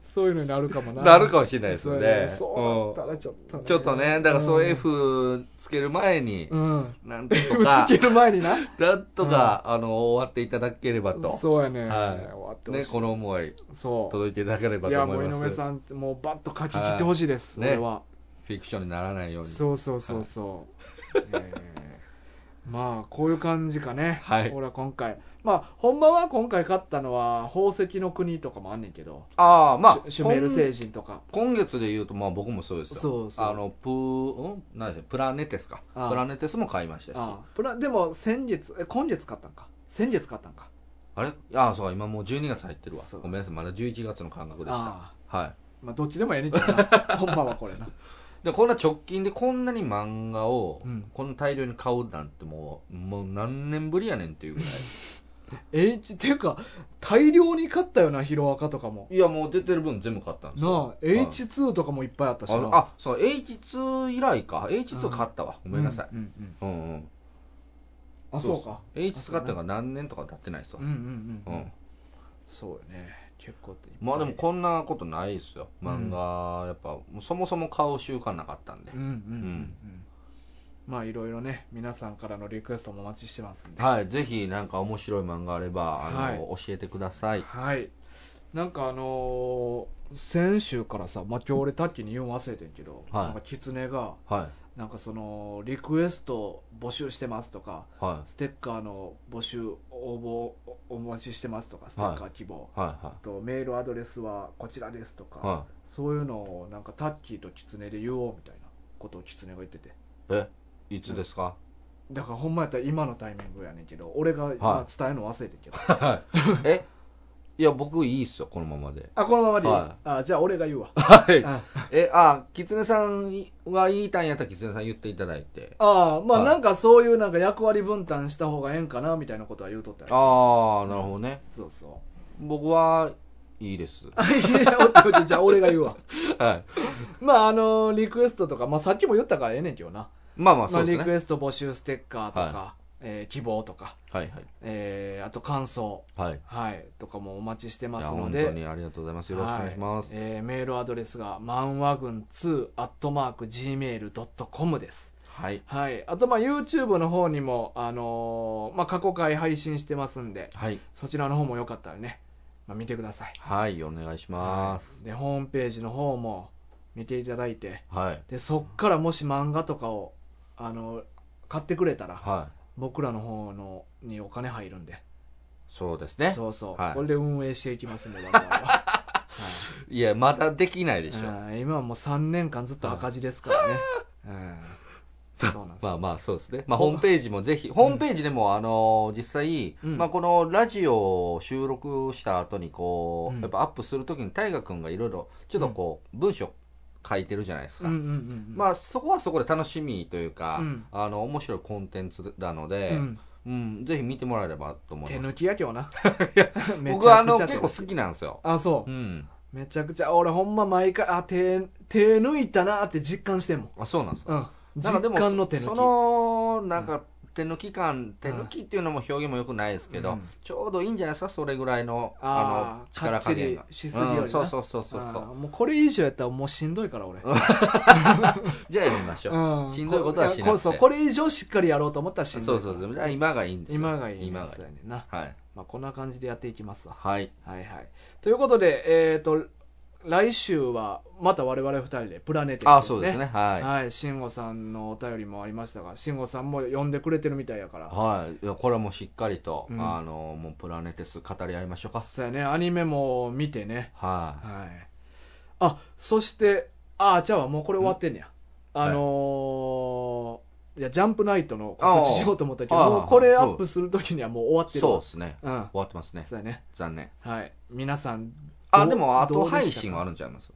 A: そういうのになるかもな
B: なる
A: も
B: かもしれないですよね
A: そうなったらちょっと
B: うんちょっとねだからそういう F つける前に、
A: うん
B: なんと
A: F
B: か
A: つける前にな
B: なんとか、あの終わっていただければと
A: そうやね、
B: は
A: 終わっ
B: い
A: てほしい
B: ね、この思い
A: そ
B: 届いていただけれ
A: う
B: ば
A: い
B: と
A: や
B: 思
A: もう
B: い
A: 井
B: ます
A: 上さんもうバッと書き切ってほしいです、
B: はいね
A: 俺は
B: フィクションにならないように
A: そうそうそうそう、えーまあこういう感じかね、
B: はい
A: 俺は今回まあほんまは今回買ったのは宝石の国とかもあんねんけど、
B: ああまあ
A: シュシュメール
B: 今
A: 星人とか
B: 今月で言うと、まあ、僕もそうですよ
A: そうそう
B: あのプー、うん、何でしょうプラネテスか
A: ああ
B: プラネテスも買いましたし
A: あ
B: あ
A: あプラでも先月え今月買ったんか先月買ったんか
B: れああそう今もう12月入ってるわ
A: そう
B: ごめんなさいまだ11月の感覚でした
A: ああ
B: は
A: まあどっちでもええねんけどな ほんまはこれない
B: でこんな直近でこんなに漫画を、
A: うん
B: こんな大量に買うなんてもうもう何年ぶりやねんっていうぐらい
A: H っていうか大量に買ったよなヒロアカとかも
B: いやもう出てる分全部買ったんです
A: なあ
B: よはい
A: H2 とかもいっぱいあったしな
B: ああそう H2 以来か H2 買ったわ、ごめんなさい、
A: うんうん
B: うんうん、
A: うんあそうか
B: H2 買ったのが何年とか経ってないですわ
A: うんうん
B: う、
A: うんん、うん、そうよね結構っていっぱい
B: まあでもこんなことないですよ漫画やっぱ、そもそも買う習慣なかったんで
A: うん、うんうんうんまあいろいろね皆さんからのリクエストもお待ちしてますんで
B: はいぜひなんか面白い漫画あればあの、教えてください
A: はいなんかあのー先週からさ、まあ、今日俺タッキーに言うん忘れてんけど、
B: はい
A: なんかキツネが
B: は
A: なんかそのリクエスト募集してますとか
B: いは
A: ステッカーの募集応募お待ちしてますとかステッカー希望、
B: いはいは
A: あとメールアドレスはこちらですとか、
B: いは
A: そういうのをなんかタッキーとキツネで言おうみたいなことをキツネが言ってて
B: いえいつですか、
A: だからほんまやったら今のタイミングやねんけど俺が今伝えるの忘れてんけど、
B: えいや僕いいっすよこのまま で
A: あこのままでいい、
B: は
A: あじゃあ俺が言うわ
B: はい
A: あ
B: えあキツネさんが言いたいんやったらキツネさん言っていただいて
A: ああまあ
B: はい
A: なんかそういうなんか役割分担した方がええんかなみたいなことは言うとったよ
B: ああなるほどね
A: そうそ
B: 僕はいいです。
A: あいやおってお ってじゃあ俺が言うわ
B: はい。
A: まああのリクエストとか、まあ、さっきも言ったからええねんけどな、
B: まあまあ、
A: ま
B: そ
A: あ、
B: うです
A: リク
B: ね。
A: エスト募集ステッカーとか、
B: は
A: えー希望とか、
B: はいはい。
A: えーあと感想、
B: はい。
A: はい、とかもお待ちしてま
B: いや
A: すの
B: 本
A: で
B: 当にありがとうございます。よろしくお願いします。
A: はいえーメールアドレスが漫画軍2アットマーク Gmail.com です
B: はい。
A: はいあとまあ YouTube の方にもあのーまあ過去回配信してますんで
B: はい。
A: そちらの方もよかったらね、まあ、見てください
B: はい。お願いします。
A: はいでホームページの方も見ていただいて
B: はい。
A: でそっからもし漫画とかをあの買ってくれたら
B: はい。
A: 僕らの方のにお金入るんで
B: そうですね。
A: そうそう、
B: はい
A: これで運営していきますんで我々は
B: いや、まだできないでしょ。
A: うん今はもう3年間ずっと赤字ですからね、うん、そうなんです
B: まあ
A: よ
B: まあそうですね。まあホームページもぜひ、ホームページでもあの、実際、
A: うん
B: まあこのラジオを収録した後にこ
A: うん
B: う、やっぱアップするときに大河君がいろいろ、ちょっとこう、文章書いてるじゃないで
A: うん
B: すか
A: う。んうんうん
B: まあそこはそこで楽しみというか
A: うん、
B: あの、面白いコンテンツなの
A: う
B: で、
A: ん
B: うん、ぜひ見てもらえればと思
A: 手
B: います。
A: 抜きやけど なめちゃくち
B: 僕
A: ゃ
B: はあの、
A: 手抜き
B: 結構好きなんですよ。。
A: あそううんめちゃくちゃ俺ほんま毎回あ手手抜いたなって実感してんもん、
B: あ、そうなんですか。
A: うん、
B: な
A: 実
B: んかでも
A: 感の手抜き
B: そのなんか手抜き感手抜きっていうのも表現もよくないですけど、
A: うん
B: ちょうどいいんじゃないですかそれぐらいの
A: あー
B: あの力加減が
A: かっちりしすぎよりな
B: うんそうそうそうそう
A: あ
B: そ
A: ー
B: う
A: もうこれ以上やったらもうしんどいから俺、
B: じゃあやりましょう、
A: うん、
B: しんどいことはしなくて
A: こうそうこれ以上しっかりやろうと思ったらしんどい
B: そうそうそうじゃあ今がいいんですよ
A: 今がいい
B: 今
A: や
B: がい
A: つ
B: い
A: やねんな、
B: はい
A: まあ、こんな感じでやっていきますわ
B: はい
A: はいはい。ということで、えっ、と、来週は、また我々二人でプラネテス
B: あそうですね。は
A: はいい。慎吾さんのお便りもありましたが、慎吾さんも呼んでくれてるみたいやから。
B: はいいやこれはもうしっかりと、
A: うん
B: あのもうプラネテス語り合いましょうか
A: そうやね、アニメも見てね。
B: はい
A: はい。あ、そして、あ、じゃあもうこれ終わってんねや。あのーいや、ジャンプナイトの告知しようと思ったけど、
B: ああ
A: もうこれアップするときにはもう終わってる
B: そう
A: わ。
B: ですね
A: う。うん。
B: 終わってますね
A: そうやね。
B: 残念
A: はい。皆さん、
B: あ
A: どう
B: でも
A: ど
B: 後
A: うで
B: 配
A: したか
B: 信はあるんちゃいます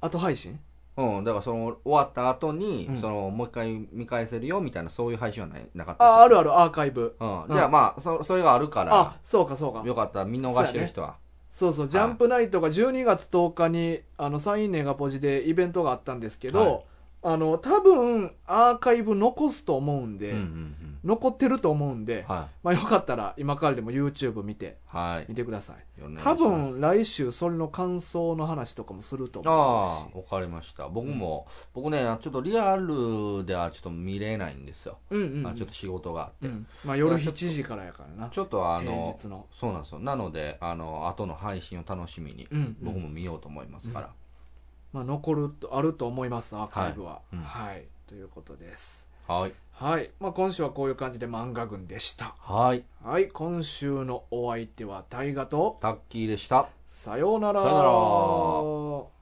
A: 後配信
B: うん、だからその終わった後に、
A: うん
B: そのもう一回見返せるよみたいなそういう配信はないなかった
A: あ、あ
B: る、
A: るある、アーカイブ。
B: うん、じゃあまあそそれがあるから
A: あ、そうかそうか。
B: よかったら見逃してる人は、
A: そうそう、ジャンプナイトが12月10日に、あの、サインネガポジでイベントがあったんですけど、あの、多分、アーカイブ残すと思うんで、
B: うんうん
A: 残ってると思うんで
B: うん、、は
A: まあよかったら、今からでも YouTube 見て、
B: いはい
A: 見てください。
B: お願いします
A: 多分、来週、それの感想の話とかもすると
B: あ
A: 思
B: あわかりました僕も、僕ねちょっとリアルではちょっと見れないんですよ、
A: うし。うんうん。
B: あちょっと仕事があって、
A: うん。まあ夜7時からやからな。
B: ちょっとあ
A: 平
B: の
A: 日の。
B: そうなんですよなのであの後の配信を楽しみに、
A: うんうん
B: 僕も見ようと思いますから、
A: まあ残ると、あると思います、アーカイブは。
B: いうん
A: はい。ということです。
B: はい
A: はい。まあ今週はこういう感じで漫画群でした。
B: はい
A: はい、今週のお相手は大河と、
B: タッキーでした
A: さようなら。
B: さよう